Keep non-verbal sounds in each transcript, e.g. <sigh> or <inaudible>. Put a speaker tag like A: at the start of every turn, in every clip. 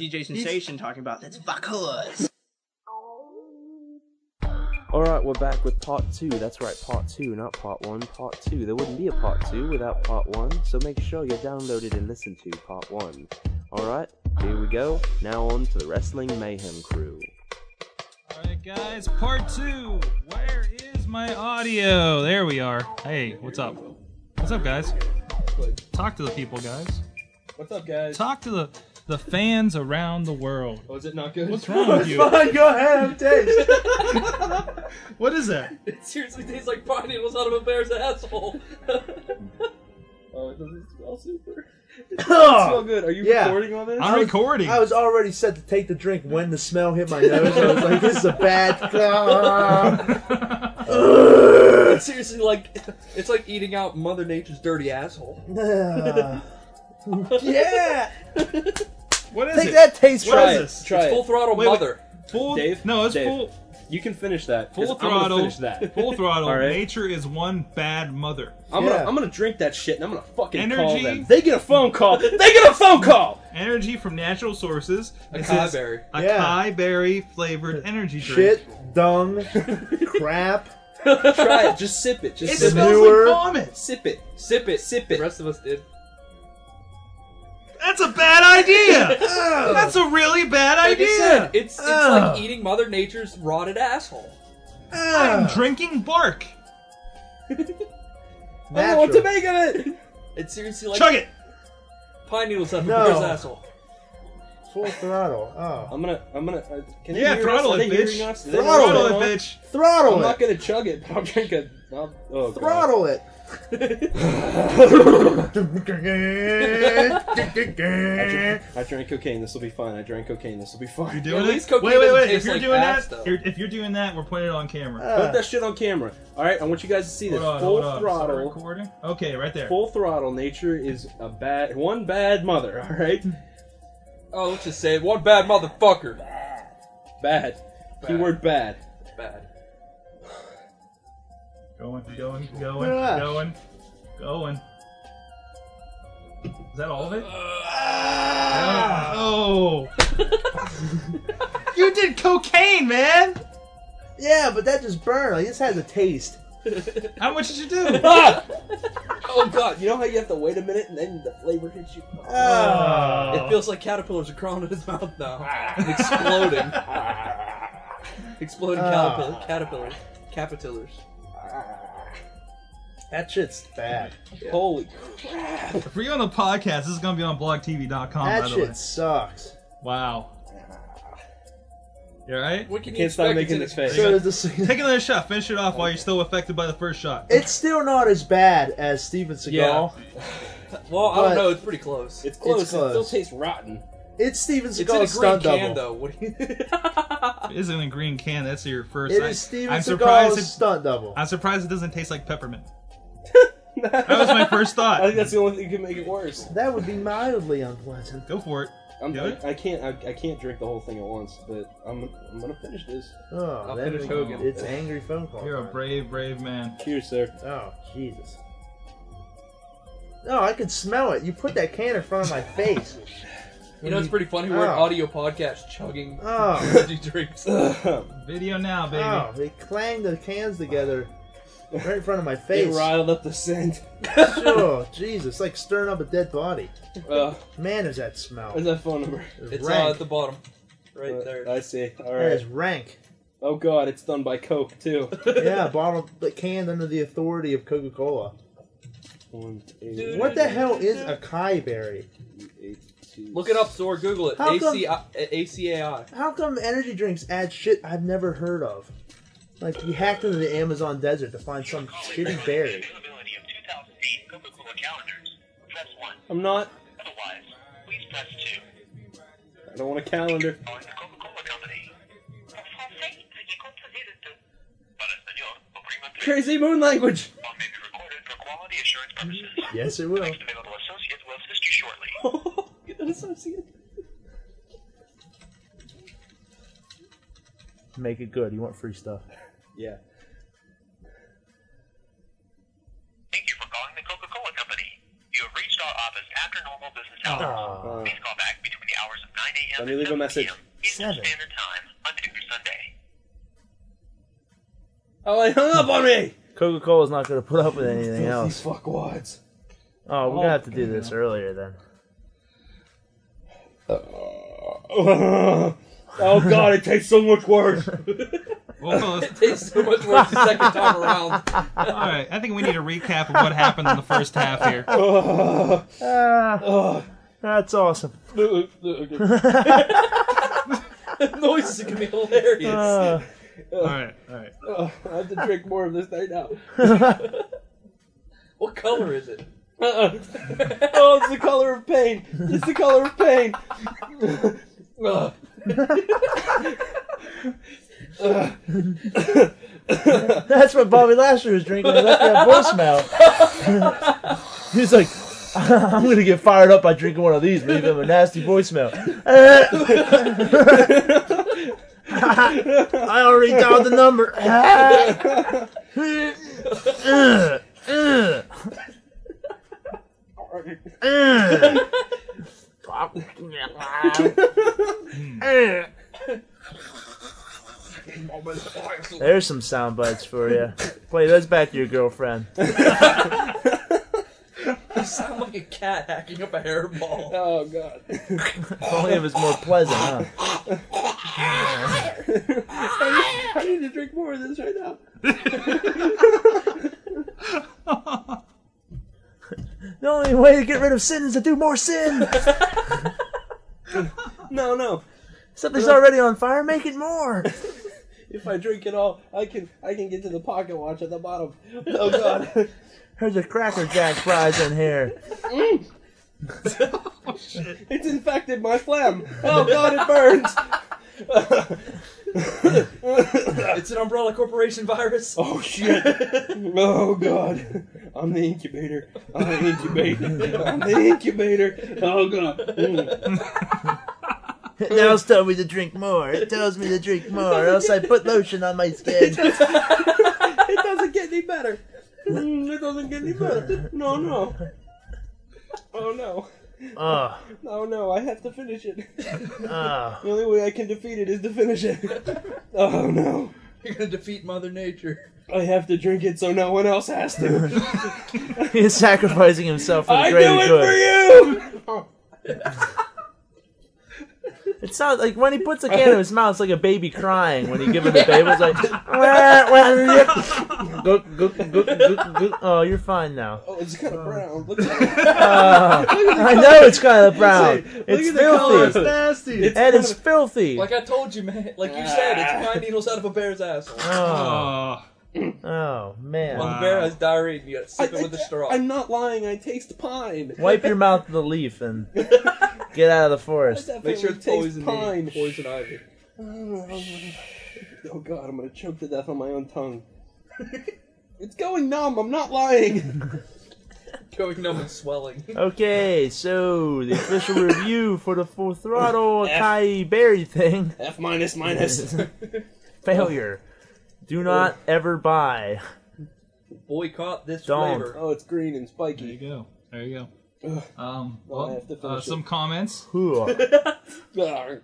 A: DJ Sensation talking about that's <laughs> vacuous.
B: All right, we're back with part two. That's right, part two, not part one. Part two. There wouldn't be a part two without part one. So make sure you downloaded and listened to part one. All right, here we go. Now on to the Wrestling Mayhem crew.
C: Alright, guys, part two. Where is my audio? There we are. Hey, what's up? What's up, guys? Talk to the people, guys.
D: What's up, guys?
C: Talk to the, the fans around the world.
D: Oh, is it not good?
C: What's wrong with you?
D: Fine, go ahead, have a taste.
C: What is that?
E: It <laughs> seriously tastes like pine needles out of a bear's asshole. Uh,
D: oh, it doesn't smell super.
F: Oh,
D: good. Are you
F: Yeah.
D: recording on this?
C: I'm recording.
F: I was already set to take the drink when the smell hit my nose. I was like, this is a bad.
E: it's seriously like it's like eating out Mother Nature's dirty asshole.
F: <laughs> yeah!
C: What is
F: Take
C: it?
F: that taste
C: What
F: try.
C: is
F: it.
C: this?
D: Try
E: Full
D: it.
E: throttle
C: Wait, wait.
E: mother.
C: Full
D: Dave?
C: No, it's
D: Dave.
C: full
D: You can finish that. 'cause
C: full
D: I'm gonna
C: throttle.
D: finish that.
C: <laughs> Full throttle.
D: All right.
C: Nature is one bad mother.
D: I'm
F: Yeah.
D: gonna I'm gonna drink that shit and I'm gonna fucking call
C: Energy?
D: them. They get a phone call. They get a phone call.
C: Energy from natural sources. This
E: acai
C: is
E: <laughs> berry.
C: A
F: Yeah.
C: kai berry flavored energy drink.
F: Shit, dung, crap.
D: Try it. Just sip it. Just
C: It
D: sip
F: smell-
D: it.
C: smells
F: Manure.
C: like vomit.
D: Sip it.
E: Sip it.
D: Sip
E: The
D: it.
E: rest of us did.
C: That's a bad idea. That's a really bad
E: Like I
C: idea.
E: said, it's it's
F: Ugh.
E: like eating Mother Nature's rotted asshole.
F: Oh.
C: I'm drinking bark.
D: I don't know what to
F: Natural.
D: make of it.
E: It's seriously like
C: Chug it.
E: pine needles out of
F: No.
E: a bear's asshole.
F: Full throttle. Oh.
D: I'm gonna I'm gonna. Uh, can
C: Yeah,
D: they hear
C: throttle
D: us?
C: it,
D: Are they
C: bitch.
D: hearing us? Are they
F: Throttle
D: hearing us?
C: Throttle it,
D: I'm
C: bitch.
F: Throttle
D: I'm
F: it.
D: not gonna chug it, but I'll drink a. I'll, oh, God.
F: Throttle it.
D: I
F: <laughs>
D: drank, <laughs> I drank cocaine. This will be fine. I drank cocaine. This will be fine. <laughs>
C: You're doing
E: At least
C: it.
E: cocaine
C: Wait, wait,
E: doesn't
C: wait. If
E: taste
C: you're
E: like
C: doing
E: ass,
C: that,
E: though.
C: you're, if you're doing that, we're putting it on camera.
F: Uh.
D: Put that shit on camera. All right, I want you guys to see this.
C: Hold on,
D: Uh, full
C: hold on. Is that
D: throttle.
C: recording? Okay, right there.
D: Full throttle. Nature is a bad one. Bad mother. All right.
E: Oh, let's just say it. one bad motherfucker.
D: Bad.
E: Bad.
D: Keyword bad.
E: Bad.
C: Going, going, going,
F: Yeah.
C: going, going. Is that all of it? <laughs> Oh! you did cocaine, man.
F: yeah, but that just burned. Like, this has a taste.
C: How much did you do?
E: <laughs> Oh god,
D: Ah! You know how you have to wait a minute and then the flavor hits you.
C: Oh.
E: It feels like caterpillars are crawling in his mouth <laughs> now. and <laughs> exploding. Exploding
F: Ah.
E: caterpillar, caterpillars. Caterpillars.
F: That shit's bad.
D: Holy.
C: For you on the podcast, this is gonna be on blogtv.com. by
F: That
C: the way.
F: shit sucks.
C: Wow. You alright?
E: What can you
D: Can't stop
E: expect?
D: making
E: It's
D: this face.
F: So does this.
C: Take another shot. Finish it off while you're still affected by the first shot.
F: It's still not as bad as Steven Seagal.
E: Yeah. Well, I
F: But-
E: don't know. It's pretty close.
D: It's close. It still
F: close.
D: tastes rotten. <laughs>
F: It's Steven
E: It's in a
F: Seagal's
E: green
F: stunt
E: can,
F: double.
E: though. What do you?
C: It isn't a green can. That's your first.
F: It
C: I-
F: is Steven
C: I'm
F: Seagal's
C: surprised. It,
F: stunt double.
C: I'm surprised it doesn't taste like peppermint. that was my
D: <laughs>
C: first
D: I think
C: thought.
D: that's the only thing that can make it worse.
F: That would be mildly unpleasant.
C: Go for it.
D: I'm,
C: Do it.
D: I, I can't. I, I can't drink the whole thing at once. But I'm. I'm gonna finish this.
F: Oh,
E: I'll
F: that
E: finish
F: would-
E: Hogan.
F: It's angry phone call.
C: You're a
F: time.
C: brave, brave man.
D: Cheers, sir.
F: Oh, Jesus. No, I could smell it. You put that can in front of my face.
E: <laughs> You know, it's pretty funny. We're an
F: Oh.
E: audio podcast chugging <laughs>
F: Oh,
E: energy drinks.
C: Video now, baby.
F: oh, they clanged the cans together right in front of my
D: <laughs> They
F: face.
D: riled up the scent.
F: <laughs>
D: <laughs>
F: Oh, Jesus, like stirring up a dead body.
D: Uh,
F: Man, is that smell.
D: where's that phone number?
E: It's uh,
F: rank.
E: at the bottom,
D: Uh,
E: right there.
D: I see. All
F: That is
D: right.
F: rank.
D: Oh God, it's done by Coke
E: <laughs>
D: too.
F: Yeah, bottle but canned under the authority of Coca Cola.
D: One, eight,
E: Dude.
F: What the hell is a kai berry?
D: eight, two,
E: Look it up, Thor. Google it.
F: How come-
E: ACI, <laughs> ACAI.
F: How come energy drinks add shit I've never heard of? Like he hacked into the Amazon desert to find some shitty berry.
G: Availability of 2,000 feet Coca-Cola calendars. Press 1.
D: I'm not.
G: Otherwise, please press 2.
D: I don't want a calendar.
G: Calling the Coca-Cola company. En français, veuillez composer le deux. Para español, oprima tres.
D: Crazy moon language.
G: All may be recorded for quality assurance purposes.
F: Yes, it will.
G: Available associate will assist you shortly.
D: Oh. Get an associate.
F: Make it good. You want free stuff.
D: Yeah.
G: Thank you for calling the Coca-Cola company. You have reached our office after normal business hours.
F: Ah,
D: Uh,
G: Please call back between the hours of 9 a.m.
D: Let me leave a
G: to 7
D: message.
G: p.m. Eastern
F: Seven.
G: Standard Time, Monday through Sunday.
E: Oh, he hung up on me.
F: Coca Cola's not going to put up with anything else.
D: Fuck
E: <laughs>
D: wads.
F: Oh, we're going to have to do this earlier then.
D: oh god, it tastes so much worse.
C: Well, fellas,
E: <laughs> Tastes so much worse the second time around. <laughs>
C: all right. I think we need a recap of what happened in the first half here.
D: Ah,
F: Ah,
D: ah.
F: that's awesome. <laughs>
E: Noises are gonna be hilarious.
F: Ah. <laughs>
C: All right, all right.
D: Oh, <laughs> I have to drink more of this night now.
E: <laughs> what color is it? <laughs>
D: Uh-uh. <laughs> Oh, it's the color of pain. It's the color of pain. <laughs>
E: Ugh.
F: That's what Bobby Lashley was drinking. when He left that voicemail. he was like, <laughs> "I'm gonna get fired up by drinking one of these. Leave him a nasty voicemail." <laughs> I already dialed the number. <laughs> There's some sound bites for you. Play those back to your girlfriend.
E: You sound like a cat hacking up a
D: <laughs>
E: hairball.
D: <laughs> Oh god.
F: If only it was more pleasant, huh?
D: I need to drink more of this right now.
F: <laughs> The only way to get rid of sin is to do more sin.
D: No, no.
F: Something's already on fire. Make it more.
D: If I drink it all, I can I can get to the pocket watch at the bottom. Oh god. <laughs>
F: There's a Cracker Jack fries in here. <laughs>
D: It's infected my phlegm. Oh god, it burns. <laughs>
E: It's an Umbrella Corporation virus. <laughs>
D: Oh shit. Oh god. I'm the incubator. I'm the incubator. I'm the incubator. Oh god. Mm.
F: Now it's telling me to drink more. It tells me to drink more, or else I put lotion on my skin.
D: <laughs> It doesn't get any better. Mm, it doesn't get any better. No, no. Oh no.
F: Oh,
D: Oh no, I have to finish it.
F: oh.
D: The only way I can defeat it is to finish it. Oh no.
E: You're gonna defeat Mother Nature.
D: I have to drink it so no one else has to.
F: <laughs> He's sacrificing himself for the
D: I do
F: greater
D: it
F: good.
D: for you!
F: It sounds like when he puts a can in his mouth, it's like a baby crying when you give it a baby.
D: <laughs>
F: It's like, "Wah, wah, yip." Gook, gook, gook, gook, gook. oh, you're fine now.
D: Oh, it's kind of
F: <laughs>
D: brown. Look at
F: Oh, I know it's kind of brown. It's
D: at the color.
F: filthy.
D: It's
F: nasty. and it's filthy.
E: Like I told you, man. Like you said, it's
D: Ah.
E: pine needles out of a bear's asshole.
F: Oh,
C: Oh,
F: oh man.
E: Well, the
C: Wow.
E: bear has diarrhea and you gotta sip
D: I-
E: it with a straw.
D: I'm not lying, I taste pine.
E: <laughs>
F: Wipe your mouth with a
D: <laughs>
F: leaf and get out of the forest.
E: Make sure it's poison
D: pine.
E: poison ivy.
D: Oh god, I'm gonna choke to death on my own tongue. <laughs> it's going numb, I'm not lying. <laughs>
E: Going numb and swelling.
F: Okay, so the official review for the
D: <laughs>
F: full throttle Kai Berry thing
D: F minus
E: <laughs>
D: minus. <laughs>
F: failure.
D: Oh.
F: Do not ever buy.
E: Boycott this
F: Don't.
E: flavor.
D: oh, it's green and
C: there you
D: spiky.
C: go. There you go. Um,
D: Well, I have to
C: well, uh,
D: finish it.
C: some comments. <laughs>
D: <laughs>
F: Ooh.
D: Arr.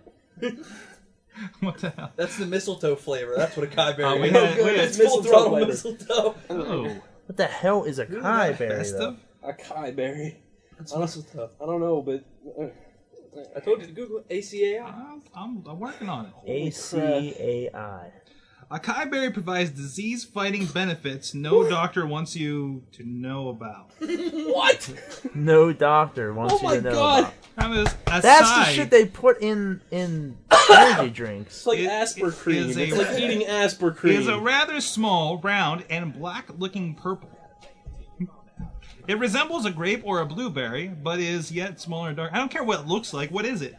C: What the hell?
E: That's the mistletoe flavor. That's what a Kai berry
C: Oh, we
E: is. <laughs>
C: had- we had
E: it's full
D: mistletoe
E: throttle
D: flavor.
E: mistletoe.
C: Oh,
F: What the hell is a Kai Berry?
C: festive.
F: Though?
D: A kai berry.
E: It's mistletoe.
D: I don't know, but uh,
E: I told you to Google it. ACAI.
C: I'm, I'm, I'm working on it.
F: A C A I.
C: Acai berry provides disease-fighting benefits no doctor wants you to know about.
E: What?
F: No doctor wants
D: Oh
F: you
D: my
F: to know
D: god!
F: about.
C: That was acai.
F: That's the shit they put in in
D: <coughs>
F: energy drinks.
D: It's like
C: It-
D: Asper
C: it
D: cream.
C: is a-
D: it's
C: <laughs>
D: like eating Asper cream.
C: is a rather small, round, and black-looking purple. It resembles a grape or a blueberry, but is yet smaller and dark. I don't care what it looks like. What is it?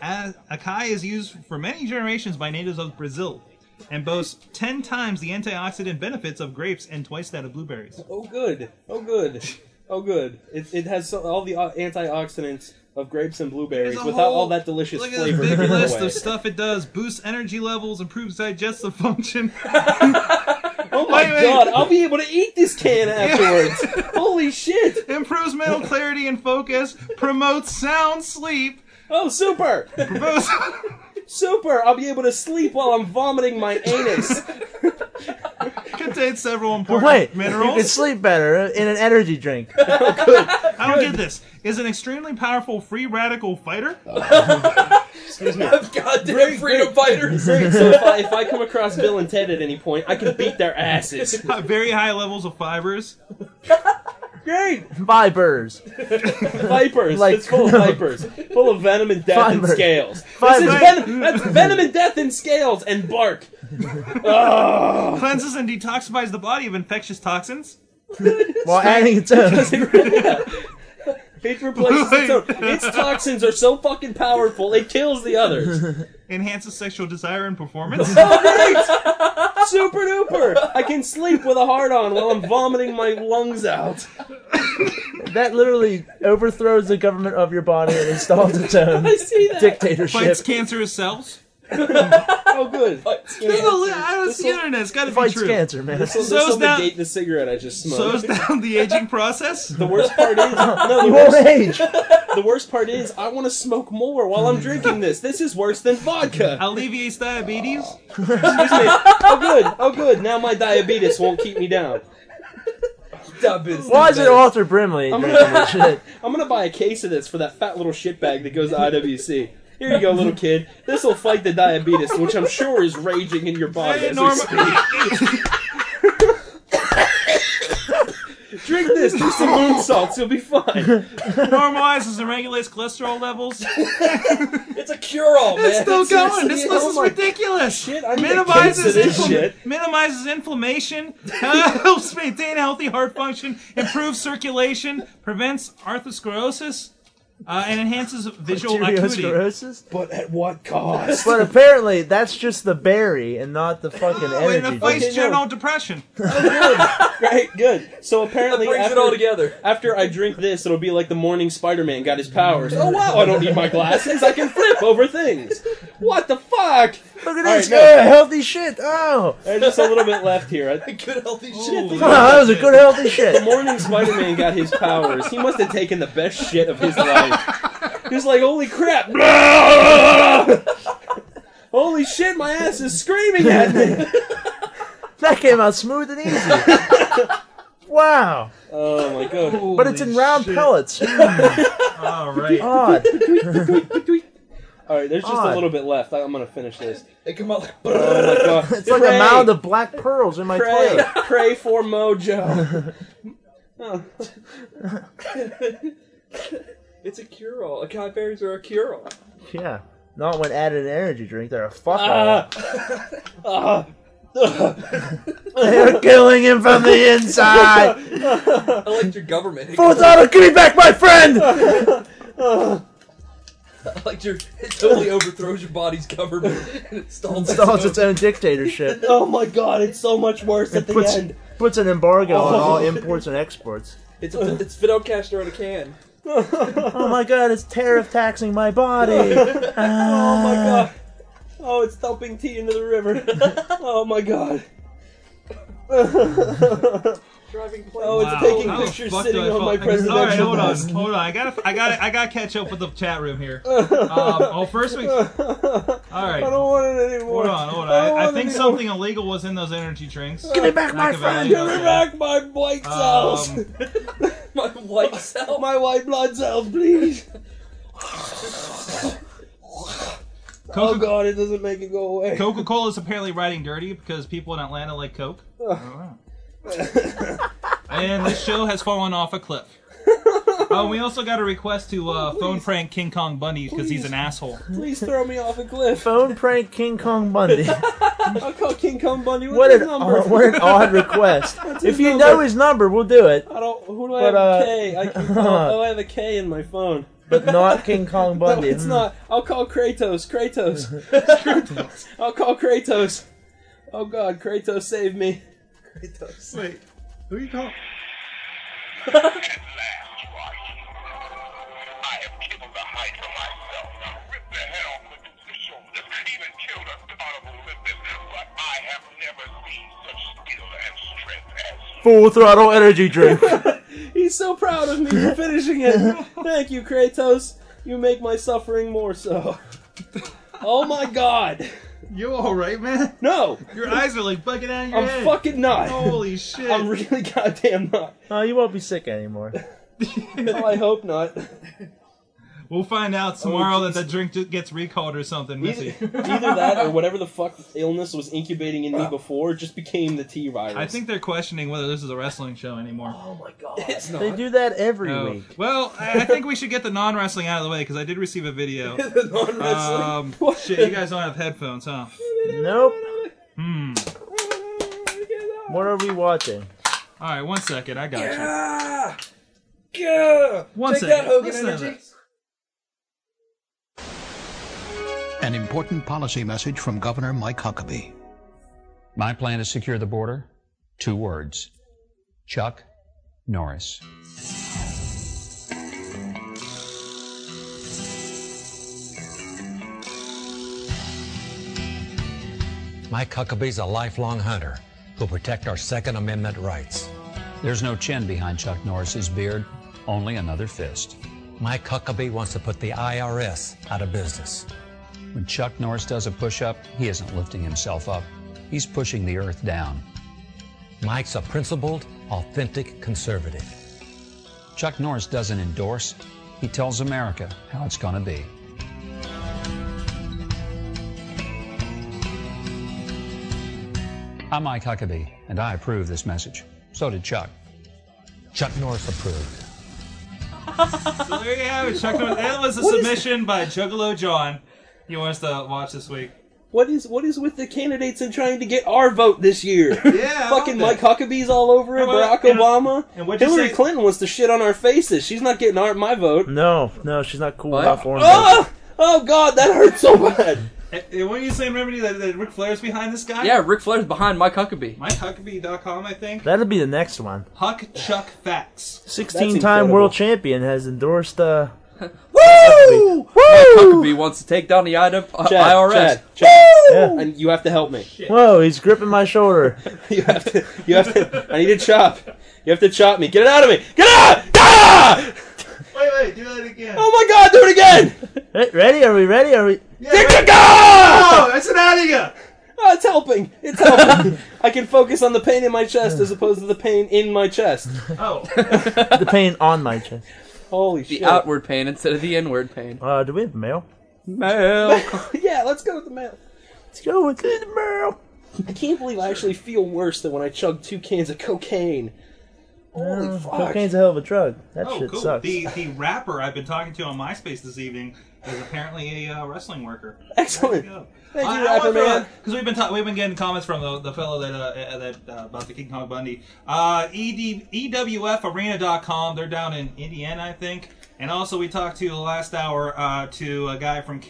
C: A- Acai is used for many generations by natives of Brazil, and boasts ten times the antioxidant benefits of grapes and twice that of blueberries.
D: oh good, oh good, oh good. It, it has so, all the uh, antioxidants of grapes and blueberries
C: There's a
D: without
C: whole-
D: all that delicious
C: Look at this
D: flavor.
C: big
D: given
C: list
D: away.
C: of stuff it does: boosts energy levels, improves digestive function.
D: <laughs> oh my
C: Wait, wait.
D: god! I'll be able to eat this can afterwards. Holy shit!
C: improves mental clarity and focus, promotes sound sleep,
D: Oh, super!
C: Propose.
D: Super! I'll be able to sleep while I'm vomiting my anus.
C: <laughs> Contains several important
F: Wait, you
C: minerals.
F: can sleep better in an energy drink.
C: I don't get this. Is an extremely powerful free radical fighter.
D: Excuse me.
E: Goddamn freedom fighters.
D: Great, so if I, if I come across Bill and Ted at any point, I can beat their asses.
C: Uh, Very high levels of fibers.
D: Great!
F: Vipers.
D: Vipers.
F: Like-
D: it's full of vipers. Full of venom and death
F: Fiber.
D: and scales. This
F: Fiber.
D: is venom, that's venom and death and scales and bark. Ugh.
C: Cleanses and detoxifies the body of infectious toxins. <laughs>
F: While adding it to
D: It
C: <laughs>
D: replaces its own. Its toxins are so fucking powerful, it kills the others.
C: Enhances sexual desire
D: <laughs>
C: and performance.
D: Super duper! I can sleep with a heart on while I'm vomiting my lungs out.
F: <laughs> that literally overthrows the government of your body and installs its
D: <laughs>
F: own
D: I see that.
F: dictatorship.
C: Fights cancerous cells.
D: Oh, good.
C: There's a li- I don't
D: This'll-
C: see the internet. It's got to be
F: Fights
C: true.
F: cancer, man. <laughs>
D: This will
C: Slows down-
D: negate the cigarette I just smoked.
C: Slows down
D: <laughs>
C: the aging process.
D: the worst part is no. The
F: You
D: worst,
F: won't age.
D: the worst part is I want to smoke more while I'm drinking this. This is worse than vodka.
C: <laughs> Alleviates diabetes.
D: Oh good, oh good. Now my diabetes won't keep me down.
F: Why is it Walter Brimley
D: <laughs>
F: drinking this shit?
D: I'm gonna buy a case of this for that fat little shitbag that goes to IWC. Here you go, little kid. This will fight the diabetes, which I'm sure is raging in your body.
C: Hey,
D: as we
C: Norma-
D: speak.
C: <laughs>
D: Drink this. Do some moonsaults. You'll be fine.
C: normalizes and regulates
D: <laughs>
C: cholesterol levels.
E: It's a cure-all, man.
C: It's still going. This
D: seriously,
C: list
D: oh
C: is
D: my
C: ridiculous.
D: Shit, I need a
C: minimizes
D: case of this
C: infl-
D: shit.
C: minimizes inflammation, <laughs> helps maintain healthy heart function, improves circulation, prevents arthrosclerosis, uh, and enhances visual acuity.
F: Arteriosclerosis?
D: But at what cost?
F: But apparently, that's just the berry and not the fucking
D: <laughs>
C: Oh, and
F: energy
C: it
F: drink.
C: fights
D: Okay, no.
C: general depression.
D: Great, good. So
E: <laughs> That
D: apparently,
E: brings
D: after,
E: it all together.
D: <laughs> after I drink this, it'll be like the morning Spider-Man got his powers. Oh wow! I don't need my glasses. I can flip over things. What the fuck?
F: Look at
D: All
F: this,
D: right,
F: good,
D: no.
F: healthy shit. Oh, <laughs>
D: There's just a little bit left here. I-
E: Good healthy shit.
C: Ooh.
F: wow, that was a good healthy shit.
D: The <laughs> morning Spider-Man got his powers. He must have taken the best shit of his life. He was like, "Holy crap! Holy shit! My ass is screaming at me!"
F: That came out smooth and
D: <laughs>
F: easy. Wow.
D: Oh my god!
F: But it's in round pellets.
D: <laughs> Oh,
C: All right.
F: Odd.
D: All right, there's just
F: Odd.
D: a little bit left. I- I'm gonna finish this.
E: They come out like.
D: Oh my god!
F: It's like a mound of black pearls in my
D: pray,
F: toilet.
D: pray for Mojo.
E: It's a cure-all. Acai berries are a cure-all.
F: Yeah. Not when added an energy drink. They're a fuck
D: Ah.
F: all. <laughs> Ah. They're killing him from the <laughs> inside.
E: <laughs> I like your government. It
F: Full throttle, give me back my friend.
E: goes- like your, it totally overthrows your body's government and installs,
F: Installs
E: its
F: its own <laughs> dictatorship.
D: oh my god! It's so much worse at the
F: puts-
D: end.
F: Puts an embargo on all imports and exports.
E: It's, a, it's Fidel Castro in a <laughs> can.
F: <laughs> Oh my god, it's tariff taxing my <laughs> body. Ah.
D: Oh my
C: Ah.
D: god! Oh, it's dumping tea into the river. oh my god!
E: Driving planes.
D: Oh, it's
C: Wow,
D: taking
C: how the
D: pictures
C: fuck do
D: sitting
C: I
D: on
C: fall-
D: my presidential
C: All right, hold on,
D: desk.
C: hold on. I gotta, I gotta, I gotta catch up with the chat room here. Um, oh, first we. All right.
D: <laughs> I don't want it anymore.
C: Hold on, hold on.
D: I don't
C: I, I
D: want
C: think
D: it
C: something illegal was in those energy drinks.
F: Give me back my
C: Machiavelli,
F: friend.
D: anymore. Give
C: okay.
D: me back my white cells.
C: Um,
E: My white cell.
D: my white blood cells,
C: <laughs>
D: please. Oh
C: Coca-
D: god, it doesn't make it go
C: <laughs>
D: away.
C: Coca Cola is apparently riding dirty because people in Atlanta like Coke. and this show has fallen off
D: <laughs>
C: a cliff. Oh, we also got a request to uh, phone prank King Kong Bundy because he's an asshole.
D: Oh, Please throw me off a
C: <laughs>
D: cliff.
F: Phone prank King Kong <laughs> Bundy.
D: I'll call King Kong Bundy with
F: What
D: his
F: an,
D: number.
F: odd, what an odd <laughs> request.
D: his
F: If you
D: number.
F: know his number, we'll do it.
D: I don't. Who do I
F: But,
D: have?
F: uh,
D: K.
F: <laughs>
D: I keep. Oh, I have a K in my phone.
F: But not King <laughs> Kong
D: No,
F: Bundy.
D: it's
F: Hmm.
D: not. I'll call Kratos.
F: <laughs>
D: Kratos. <laughs> I'll call Kratos. Oh god, Kratos, save me.
E: <laughs>
C: Wait, who you calling?
G: That's right. I have killed the height for myself, ripped the head off Medusa's shoulders, even killed a god of Olympus, but I have never seen such skill and strength as you.
F: Full throttle
H: <laughs>
F: energy drink. <laughs>
D: He's so proud of me for finishing it. Thank you, Kratos. You make my suffering more so. Oh my god!
C: You all right, man?
D: No!
C: Your eyes are like bugging out of your
D: I'm
C: head.
D: fucking not!
C: Holy
D: <laughs>
C: shit!
D: I'm really goddamn not.
H: Oh, you won't be sick anymore.
D: Oh, I hope
C: <laughs>
D: not.
C: we'll find out
D: Oh,
C: tomorrow that
D: jeez.
C: that drink ju- gets recalled or something. We'll
D: Either,
C: see.
D: either that or whatever the fuck illness was incubating in me before just became the T virus.
C: Uh, I think they're questioning whether this is a wrestling show anymore.
E: Oh my god.
D: it's not.
H: They do that every
C: Oh.
H: week.
C: Well, I I think we should get the non wrestling out of the way because I did receive a
E: <laughs>
C: video.
E: the non-wrestling.
C: Um,
D: What?
C: shit, you guys don't have headphones, huh?
H: Nope.
C: Hmm.
H: What are we watching?
C: All right, one second. I got you.
E: yeah. Yeah.
C: One
E: Take that
C: second.
E: Hogan
C: Listen to
E: energy.
C: this.
I: An important policy message from Governor Mike Huckabee.
J: My plan to secure the border? Two words Chuck Norris.
K: Mike Huckabee's a lifelong hunter who'll protect our Second Amendment rights.
J: There's no chin behind Chuck Norris's beard, only another fist.
K: Mike Huckabee wants to put the IRS out of business.
J: When Chuck Norris does a push up, he isn't lifting himself up, he's pushing the earth down.
K: Mike's a principled, authentic conservative.
J: Chuck Norris doesn't endorse, he tells America how it's going to be. I'm Mike Huckabee, and I approve this message. So did Chuck.
K: Chuck Norris approved.
C: So there you have it, Chuck. Norris. That was
E: <laughs>
C: a submission by Juggalo John. He wants to watch this week.
D: What is what is with the candidates and trying to get our vote this year?
C: <laughs> Yeah, I
D: Fucking
C: love
D: Mike
C: that.
D: Huckabee's all over it.
C: How about-
D: Barack
C: and-
D: Obama.
C: and what'd you
D: Hillary
C: say- Mm.
D: Clinton wants to shit on our faces. She's not getting our my vote.
H: No, no, she's not cool about foreign
D: <laughs> Oh, oh god, that hurts so bad.
C: And, and what are you saying, Remedy, that, that Ric Flair's behind this guy?
E: Yeah, Ric Flair's behind Mike Huckabee.
C: MikeHuckabee.com, I think.
H: That'll be the next one.
C: Huck Chuck Facts.
H: 16 time
D: incredible.
H: world champion has endorsed uh,
E: Woo! Huckabee wants to take down the I- uh,
D: Chad,
E: IRS.
D: Chad, Chad.
H: Yeah.
D: And you have to help me.
H: Whoa, he's gripping my
D: <laughs>
H: shoulder.
D: You have to. You have to. I need to chop. You have to chop me. Get it out of me. Get out! Ah!
C: Wait, wait, do that again.
D: Oh my god, do it again!
H: Hey, ready? Are we ready? Are we?
D: Ah!
C: Oh, that's an adiga!
D: Oh, it's helping. It's
E: <laughs>
D: helping. I can focus on the pain in my chest as opposed to the pain in my chest.
C: Oh,
H: The pain on my chest.
D: Holy
E: The
D: shit!
E: outward pain instead of the inward pain.
H: Uh, do we have mail? <laughs>
E: Mail.
D: yeah, let's go with the mail.
H: Let's go with the mail.
D: I can't believe I actually feel worse than when I chugged two cans of cocaine. Holy
H: Uh,
D: fuck!
H: cocaine's a hell of a drug. That
C: oh
H: shit
C: cool.
H: sucks.
C: The, the rapper I've been talking to on MySpace this evening is apparently a uh, wrestling worker.
D: Excellent.
C: Go.
D: Thank you,
C: I- I
D: rapper
C: want to
D: man.
C: Because we've been ta- we've been getting comments from the, the fellow that uh, uh, that uh, about the King Kong Bundy. Uh, ED, EWFArena.com. They're down in Indiana, I think. And also, we talked to last hour uh, to a guy from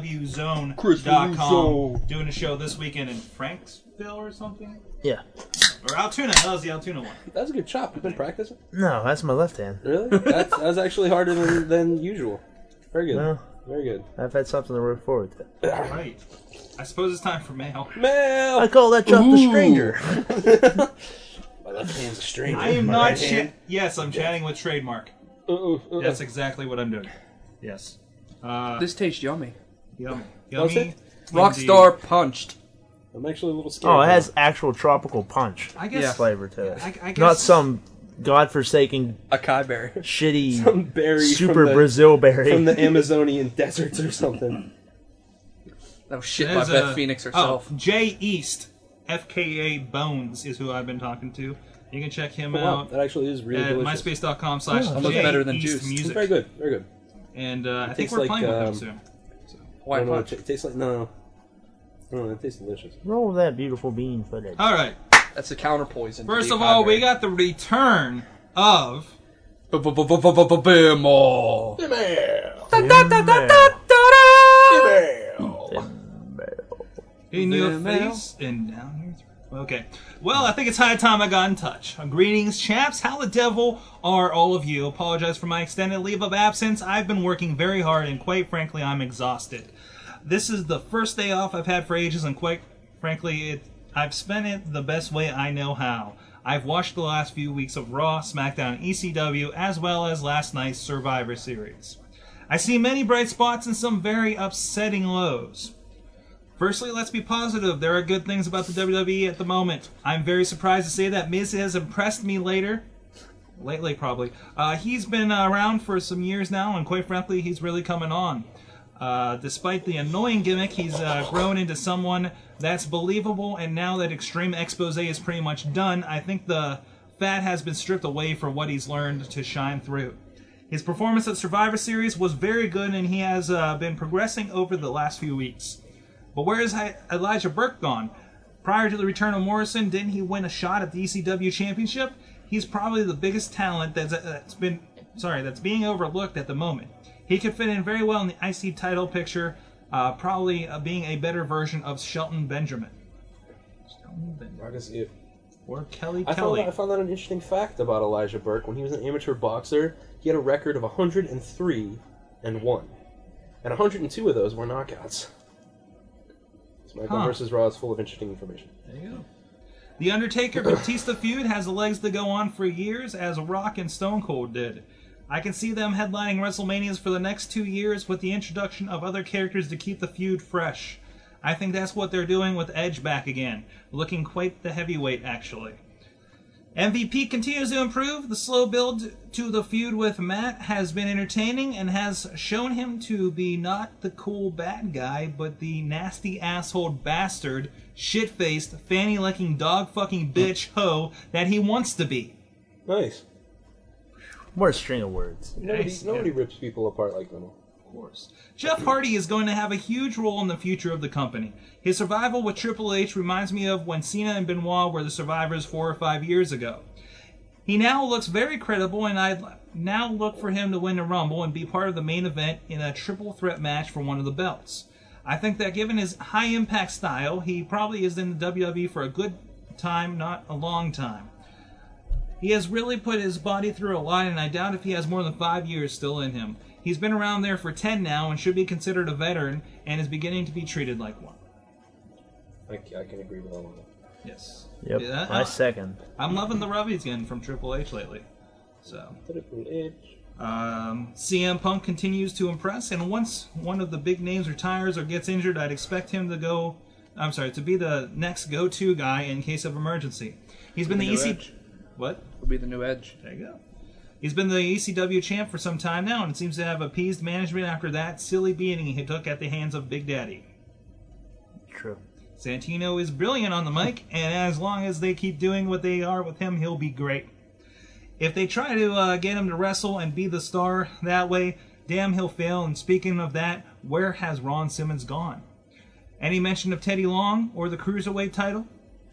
D: Chris Russo.
C: KCWZone.com doing a show this weekend in Franksville or something.
H: Yeah.
C: Or Altoona. That was the Altoona one.
D: That was a good chop. You've been practicing.
H: No, that's my left hand.
D: Really? That's, that was actually harder than, than usual. Very good.
H: No,
D: Very good.
H: I've had something to look forward to.
C: All right. I suppose it's time for mail.
D: Mail.
H: I call that job the stranger.
D: My left hand's a stranger.
C: I am
D: My
C: not.
D: right
C: Cha-
D: hand.
C: yes, I'm chatting with trademark.
D: Uh-oh, uh-oh.
C: That's exactly what I'm doing. Yes. Uh,
E: this tastes yummy.
C: yummy.
D: Was
C: Yummy.
D: it?
E: Rockstar punched.
D: I'm actually a little scared.
H: Oh, it
D: now.
H: has actual tropical punch
C: I guess.
E: Yeah.
H: flavor to
C: I, I
H: it.
C: guess
H: Not some godforsaken
E: Acai berry.
H: shitty
D: <laughs> some berry
H: super
D: from the,
H: Brazil berry.
D: from the
F: <laughs>
D: Amazonian <laughs> deserts or something.
E: That was shit by
C: There's,
E: Beth
C: uh,
E: Phoenix herself.
C: Oh, Jay East, FKA Bones, is who I've been talking to. You can check him
D: Oh, Wow,
C: out
D: that actually is really
C: at
D: delicious.
C: myspace.com slash
E: looks
C: Jay
E: better than
C: East
E: juice.
C: Music.
D: Very good, very good.
C: And uh, I think
D: tastes
C: we're
D: like,
C: playing with him
D: um,
C: soon.
E: Why
D: I don't know,
E: punch?
D: it tastes like no, no, no, it tastes delicious.
H: Roll that beautiful bean footage.
C: All right.
E: That's a counterpoison. to
C: First
E: the
C: of all,
E: acai
C: we
E: berry.
C: got the return of.
E: B-b-b-b-b-b-b-bimal.
C: In your
E: Mail.
C: face and down your throat. Okay. Well, I think it's high time I got in touch. Uh, Greetings, chaps. How the devil are all of you? Apologize for my extended leave of absence. I've been working very hard and quite frankly, I'm exhausted. This is the first day off I've had for ages and quite frankly, it, I've spent it the best way I know how. I've watched the last E few weeks of Raw, SmackDown, ECW, as well as last night's Survivor Series. I see many bright spots and some very upsetting lows. Firstly, let's be positive. There are good things about the WWE at the moment. I'm very surprised to say that Miz has impressed me later. Lately, probably. Uh, he's been uh, around for some years now, and quite frankly, he's really coming on. Uh, despite the annoying gimmick, he's uh, grown into someone that's believable, and now that Extreme Expose is pretty much done, I think the fat has been stripped away for what he's learned to shine through. His performance at Survivor Series was very good, and he has uh, been progressing over the last few weeks. But where is Hi- Elijah Burke gone? Prior to the return of Morrison, didn't he win a shot at the ECW Championship? He's probably the biggest talent that's, uh, that's been sorry that's being overlooked at the moment. He could fit in very well in the IC title picture, uh, probably uh, being a better version of Shelton Benjamin. Shelton Benjamin.
D: I can see it.
C: Or Kelly
D: I found,
C: Kelly.
D: out, I found out an interesting fact about Elijah Burke. When he was an amateur boxer, he had a record of 103 and 1. And 102 of those were knockouts. So Michael
C: Huh.
D: versus Raw is full of interesting information.
C: There you go. The Undertaker Batista feud has the legs to go on for years, as Rock and Stone Cold did. I can see them headlining WrestleManias for the next two years with the introduction of other characters to keep the feud fresh. I think that's what they're doing with Edge back again, looking quite the heavyweight, actually. MVP continues to improve. The slow build to the feud with Matt has been entertaining and has shown him to be not the cool bad guy, but the nasty asshole bastard, shit faced, fanny licking, dog fucking bitch hoe that he wants to be.
D: Nice.
F: What a string of words.
D: Nobody,
C: Nice,
D: nobody rips people apart like Minimal.
C: Of course. Jeff Hardy is going to have a huge role in the future of the company. His survival with Triple H reminds me of when Cena and Benoit were the survivors four or five years ago. He now looks very credible, and I now look for him to win the Rumble and be part of the main event in a triple threat match for one of the belts. I think that given his high impact style, he probably is in the WWE for a good time, not a long time. He has really put his body through a lot, and I doubt if he has more than five years still in him. He's been around there for 10 now and should be considered a veteran and is beginning to be treated like one.
D: I, I can agree with all of them.
C: Yes.
F: Yep.
C: Yeah,
F: I
C: uh,
F: second.
C: I'm loving the rubbies again from Triple H lately. So.
D: Triple H.
C: Um, CM Punk continues to impress, and once one of the big names retires or gets injured, I'd expect him to go. I'm sorry, to be the next go-to guy in case of emergency. He's been the
E: New
C: EC.
E: Edge.
C: What?
E: Will be the new Edge.
C: There you go. He's been the ECW champ for some time now, and seems to have appeased management after that silly beating he took at the hands of Big Daddy.
F: True.
C: Santino is brilliant on the mic, and as long as they keep doing what they are with him, he'll be great. If they try to uh, get him to wrestle and be the star that way, damn, he'll fail. And speaking of that, where has Ron Simmons gone? Any mention of Teddy Long or the Cruiserweight title?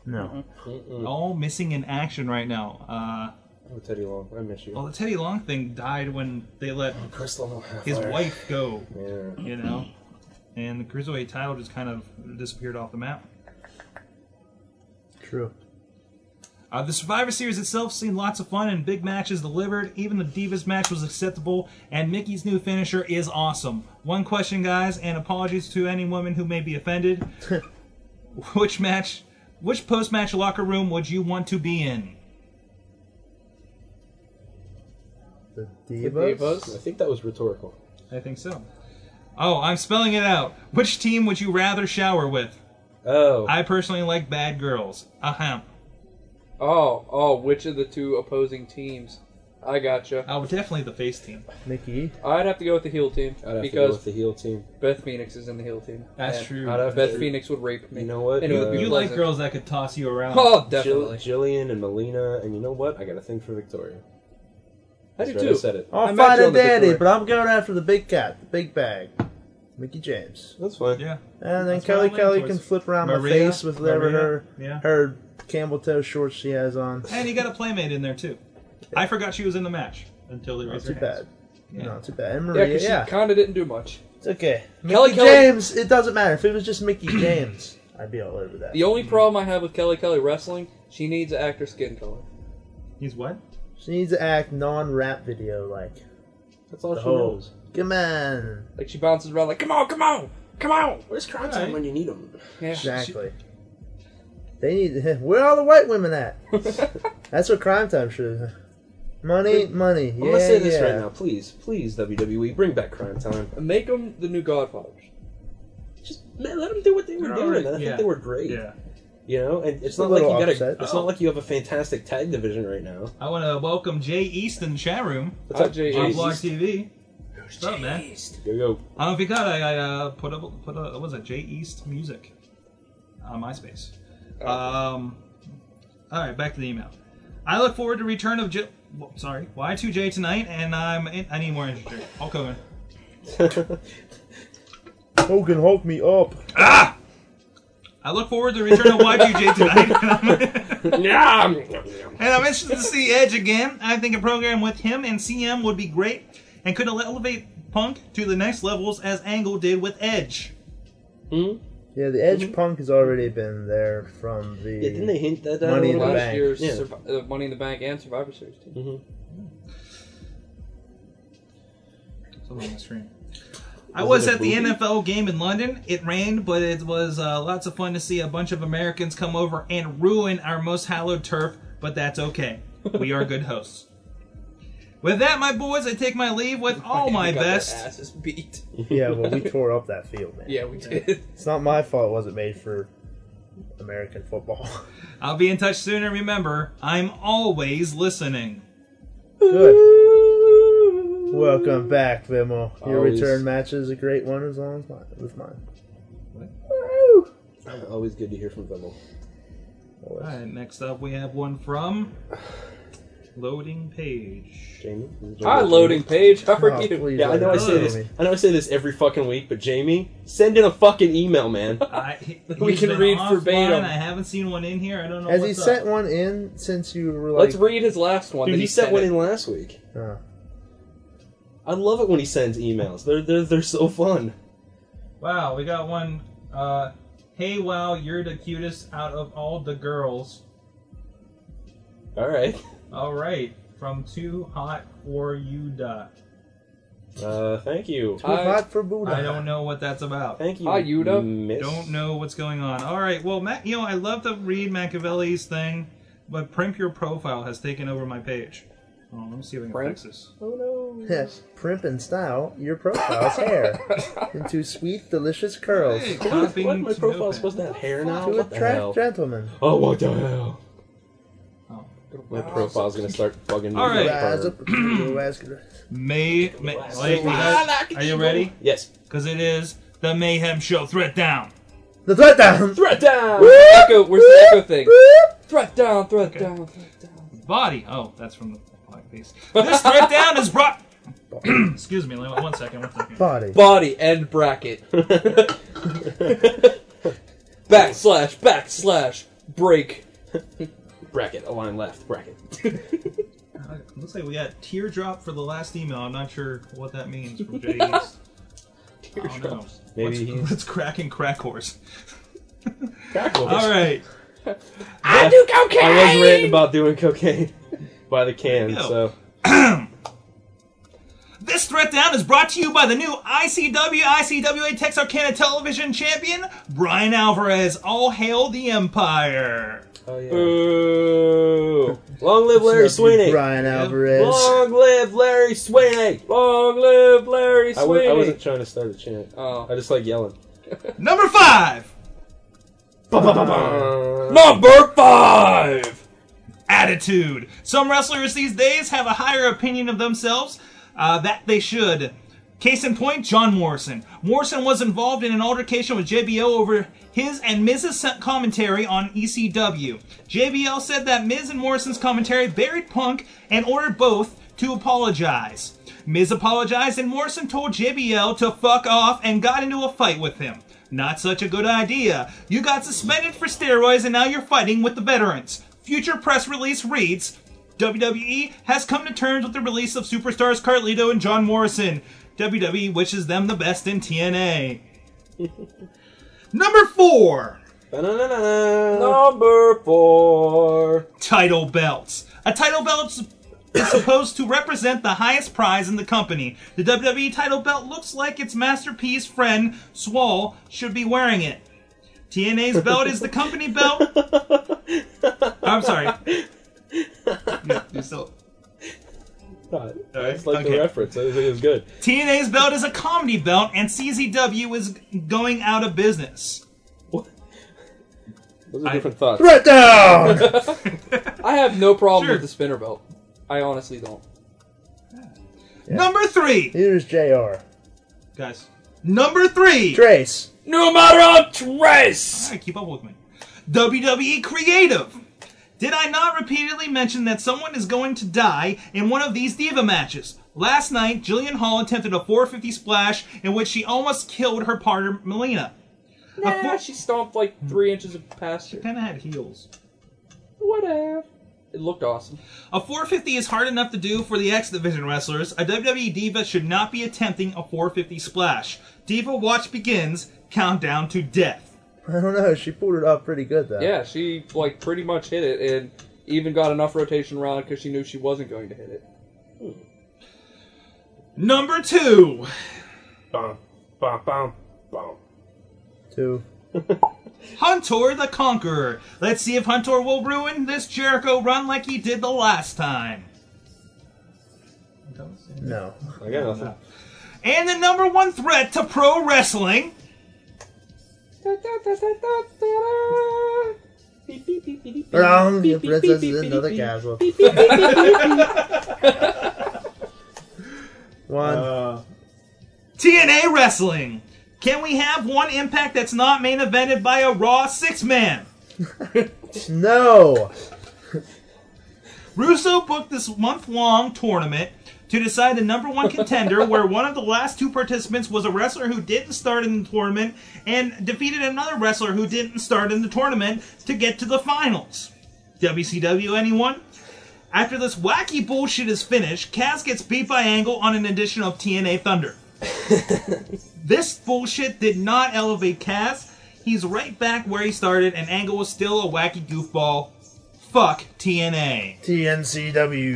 F: No.
C: Mm-hmm. All missing in action right now. Uh,
D: Oh, Teddy Long, I miss you.
C: well, the Teddy Long thing died when they let
D: Crystal
C: his wife go,
D: Yeah.
C: you know? And the Cruiserweight title just kind of disappeared off the map.
F: True.
C: Uh, the Survivor Series itself seen lots of fun and big matches delivered. Even the Divas match was acceptable, and Mickey's new finisher is awesome. One question, guys, and apologies to any women who may be offended. <laughs> which match, which post-match locker room would you want to be in?
F: The
D: I think that was rhetorical.
C: I think so. Oh, I'm spelling it out. Which team would you rather shower with?
D: Oh.
C: I personally like bad girls. Ahem.
E: Oh, oh, which of the two opposing teams? I gotcha.
C: Oh, definitely the face team.
F: Mickey.
E: I'd have to go with the heel team
D: I'd have to go
E: because
D: with the heel team.
E: Beth Phoenix is in the heel team.
C: That's
E: And
C: true.
E: I'd
D: That's
E: have- Beth
D: true.
E: Phoenix would rape me.
D: You know what?
E: And it would
D: Uh,
E: be
C: You like
E: pleasant.
C: girls that could toss you around.
E: Oh,
D: Jill,
E: definitely.
D: Jillian and Melina, and you know what? I got a thing for Victoria.
E: I
D: That's
E: do
D: right,
E: too.
D: I said it.
F: I'll
E: I'm
F: fight
E: actually
F: a
E: on the
F: daddy,
E: Victoria.
F: but I'm going after the big cat, the big bag, Mickey James.
D: That's fine.
C: Yeah.
F: And then
C: That's what I
F: Kelly
C: leaned
F: Kelly
C: towards.
F: can flip around my
C: Maria,
F: face with whatever
C: Maria,
F: her
C: yeah.
F: her camel toe shorts she has on.
C: And you got a playmate in there too. I forgot she was in the match until they
F: Not
C: raised
F: too
C: her hands.
F: bad.
C: Yeah.
F: Not too bad. And
E: Yeah,
F: Maria,
E: because
F: yeah.
E: she kind of didn't do much.
F: It's okay.
E: Kelly
F: Mickey
E: Kelly-
F: James, it doesn't matter. If it was just
D: <clears throat>
F: Mickey James, I'd be all over that.
E: The only problem I have with Kelly Kelly wrestling, she needs to act her skin color.
C: He's what?
F: She needs to act non rap video like.
D: That's all
F: The
D: she
F: whole.
D: knows.
F: Come on.
E: Like she bounces around like, "Come on, come on, come on!"
D: Where's crime
C: Alright.
D: time when you need them?
E: Yeah.
F: Exactly. <laughs> They need. Where are all the white women at? That's what crime time should. Money, money.
D: Well, let's
F: yeah,
D: say this
F: yeah.
D: right now, please, please, WWE, bring back Crime Time.
E: <laughs> Make them the new Godfathers.
D: Man, let them do what they were
E: They're
D: doing.
E: alright,
D: and I
E: yeah.
D: think they were great.
C: Yeah.
D: You know, and it's
F: a
D: not like you
F: little
D: got a,
F: upset.
D: It's not like you have a fantastic tag division right now.
C: I want to welcome Jay East in the chat room.
D: What's up, Jay
C: on
D: East?
C: Block TV. What's up, man?
D: Yo yo.
C: Um, if you got, I, I uh, put up put a what was it Jay East music on MySpace.
D: Oh.
C: Um, all right, back to the email. I look forward to return of J- well, sorry Y two J tonight, and I'm in, I need more energy. drink. Hulk Hogan.
F: Hogan, hulk me up.
C: I look forward to the return of Y2J tonight. and I'm interested to see Edge again. I think a program with him and CM would be great and could elevate Punk to the next levels as Angle did with Edge.
D: Hmm?
F: Yeah, the Edge Punk has already been there from the.
D: Yeah, didn't they hint that uh, out a
F: Money in the
D: little
E: Last
F: Bank?
E: year's
D: Yeah.
E: Survi- uh, Money in the Bank and Survivor Series team.
C: Something on the screen. I was at the NFL game in London. It rained, but it was uh, lots of fun to see a bunch of Americans come over and ruin our most hallowed turf, but that's okay. We are good hosts. With that, my boys, I take my leave <laughs> with all my
E: got their
C: best.
E: asses
F: <laughs>
E: beat.
F: <laughs> Yeah,
D: <laughs>
F: well, we tore up that field, man.
E: Yeah, we did.
F: It's not my fault it wasn't made for American football. <laughs>
C: I'll be in touch soon, and remember, I'm always listening.
F: Good. Welcome back, Vimo. Your
D: Always.
F: return match is a great one as long as mine. With mine.
D: Always good to hear from Vimmel.
F: Always.
C: All right, next up, we have one from Loading Page.
D: Jamie.
E: Hi, loading page. How are
F: Oh,
E: you?
F: please
D: Yeah, I
F: let
D: know I
F: it
D: say
F: go,
D: this.
F: Jamie.
D: I know I say this every fucking week, but Jamie, send in a fucking email, man.
C: I, he-
E: <laughs> We
C: he's
E: can
C: been
E: read
C: offline.
E: verbatim.
C: I haven't seen one in here. I don't know.
F: Has he
C: what's
F: sent
C: up.
F: one in since you were like?
E: Let's read his last one.
D: Dude,
E: that
D: he sent
E: sent
D: one
E: it.
D: in last week.
F: Oh.
D: I love it when he sends emails. They're they're, they're so fun.
C: Wow, we got one. Uh, hey, wow, you're the cutest out of all the girls.
D: All right.
C: All right, from Too Hot for You Dot.
D: Uh, thank you.
F: Too hot for Buddha.
C: I don't know what that's about.
D: Thank you.
E: Hi, Yuta.
D: miss.
C: Don't know what's going on. All right, well, Mac, you know, I love to read Machiavelli's thing, but Primp Your Profile has taken over my page. Oh, let me see if I can
E: Primp?
C: fix this.
F: Primp and style your
D: <laughs>
F: profile's hair into sweet, delicious curls
C: Hey,
D: What,
C: copying
D: what my
C: to
D: profile's
C: notepad.
D: supposed to have hair now?
F: to
D: What the hell?
F: attract gentlemen.
D: oh, what the hell?
C: Oh.
D: My profile's gonna start bugging me.
C: All right.
F: Rise up to the vascular.
D: <clears throat>
C: May, may like, are you ready?
D: Yes.
C: Because it is the Mayhem Show Threat Down.
F: The threat down.
D: Threat down.
E: Where's the echo? Where's the echo thing? Threat down, threat down, threat down.
C: Body. Oh, that's from the black piece. This threat down is brought. <clears throat> Excuse me, Lima, one second, one second.
F: Body.
E: Body end bracket. backslash, backslash, break.
D: Bracket. A line left. Bracket.
C: Uh, Looks like we got teardrop for the last email. I'm not sure what that means from Jay
D: <laughs>
C: East. I don't know.
D: Maybe
C: Let's-
D: <laughs> he's-
C: let's crack and crack horse.
D: Crackle.
C: All right.
D: I do cocaine. I was ranting about doing cocaine <laughs> by the can.
C: There you
D: So
C: This threat down is brought to you by the new ICW ICWA Texarkana Television Champion Brian Alvarez. All hail the Empire.
D: Oh, yeah. Long live Larry
F: Love you,
D: Sweeney.
F: Brian Alvarez.
D: Long live Larry Sweeney.
E: Long live Larry
D: I, w-
E: Sweeney.
D: I wasn't trying to start a chant.
E: Oh.
D: I just like yelling.
C: Number five.
E: Number five.
C: attitude. Some wrestlers these days have a higher opinion of themselves uh, that they should. Case in point, John Morrison. Morrison was involved in an altercation with JBL over his and Miz's commentary on E ECW. JBL said that Miz and Morrison's commentary buried Punk and ordered both to apologize. Miz apologized and Morrison told JBL to fuck off and got into a fight with him. Not such a good idea. You got suspended for steroids and now you're fighting with the veterans. Future press release reads WWE has come to terms with the release of superstars Carlito and John Morrison. WWE wishes them the best in TNA. <laughs> Number four.
D: Ba-na-na-na-na.
E: Number four.
C: title belts. A title belt is supposed to represent the highest prize in the company. The WWE title belt looks like its masterpiece friend, Swall, should be wearing it. TNA's belt is the company belt. I'm sorry. No, you're still-
L: It's not.
C: right.
L: It's like
C: Okay.
L: the reference. I think it was good.
C: TNA's belt is a comedy belt, and CZW is going out of business.
L: Those are different thoughts.
C: Right down!
E: I have no problem
C: Sure.
E: with the spinner belt. I honestly don't.
C: Number three.
F: <laughs> Here's Jr.
C: Guys. Number three.
F: Trace.
C: Numero tres. Alright, keep up with me. WWE Creative. Did I not repeatedly mention that someone is going to die in one of these Diva matches? Last night, Jillian Hall attempted a 450 splash in which she almost killed her partner, Melina.
E: Nah, she stomped like three inches past her. She
C: kind of had heels.
E: Whatever. It looked awesome.
C: A 450 is hard enough to do for the X Division wrestlers. A WWE Diva should not be attempting a 450 splash. Diva Watch begins, countdown to death.
F: <laughs> I don't know. She pulled it off pretty good though.
E: Yeah, she like pretty much hit it and even got enough rotation around because she knew she wasn't going to hit it.
C: Number two.
D: Bum, bum, bum, bum.
F: Two.
C: Hunter the Conqueror. Let's see if Hunter will ruin this Jericho run like he did the last time.
F: No.
L: I got nothing.
C: And the number one threat to pro wrestling.
F: Wrong. Your um, princess is another castle. <laughs> One.
C: Uh. TNA Wrestling. Can we have one impact that's not main evented by a Raw six man?
F: No.
C: Russo booked this month long tournament to decide the number one contender, where one of the last two participants was a wrestler who didn't start in the tournament and defeated another wrestler who didn't start in the tournament to get to the finals. WCW, anyone? After this wacky bullshit is finished, Cass gets beat by Angle on an edition of TNA Thunder. this bullshit did not elevate Cass. He's right back where he started, and Angle was still a wacky goofball. Fuck TNA.
F: TNCW.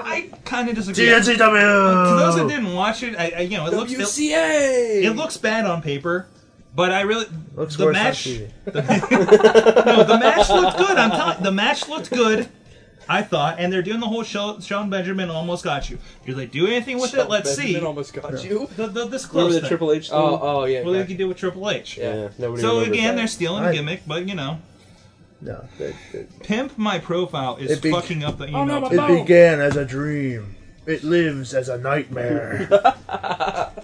C: I kind of disagree.
F: TNCW.
C: To those that didn't watch it, I, I you know it looks it, it looks bad on paper, but I really
F: Looks
C: the
F: worse on
C: match. <laughs>
F: TV.
C: no, the match looked good. I'm telling the match looked good. I thought, and they're doing the whole show, Sean Benjamin almost got you. Do they do anything with it?
E: Shawn
C: Let's see.
E: Benjamin almost got Yeah. you?
C: The, the, this close.
E: Remember the
C: thing.
E: Triple H thing? Oh, oh, yeah,
C: Well, they
E: gotcha.
C: can do with Triple H.
E: Yeah. Yeah, nobody
C: so
E: remembers
C: again,
E: that.
C: they're stealing
E: I-
C: a gimmick, but you know,
F: no.
C: pimp my profile is
F: It be-
C: fucking up the email.
E: Oh,
F: It began as a dream. It lives as
C: <laughs>
F: a nightmare.
C: Oh,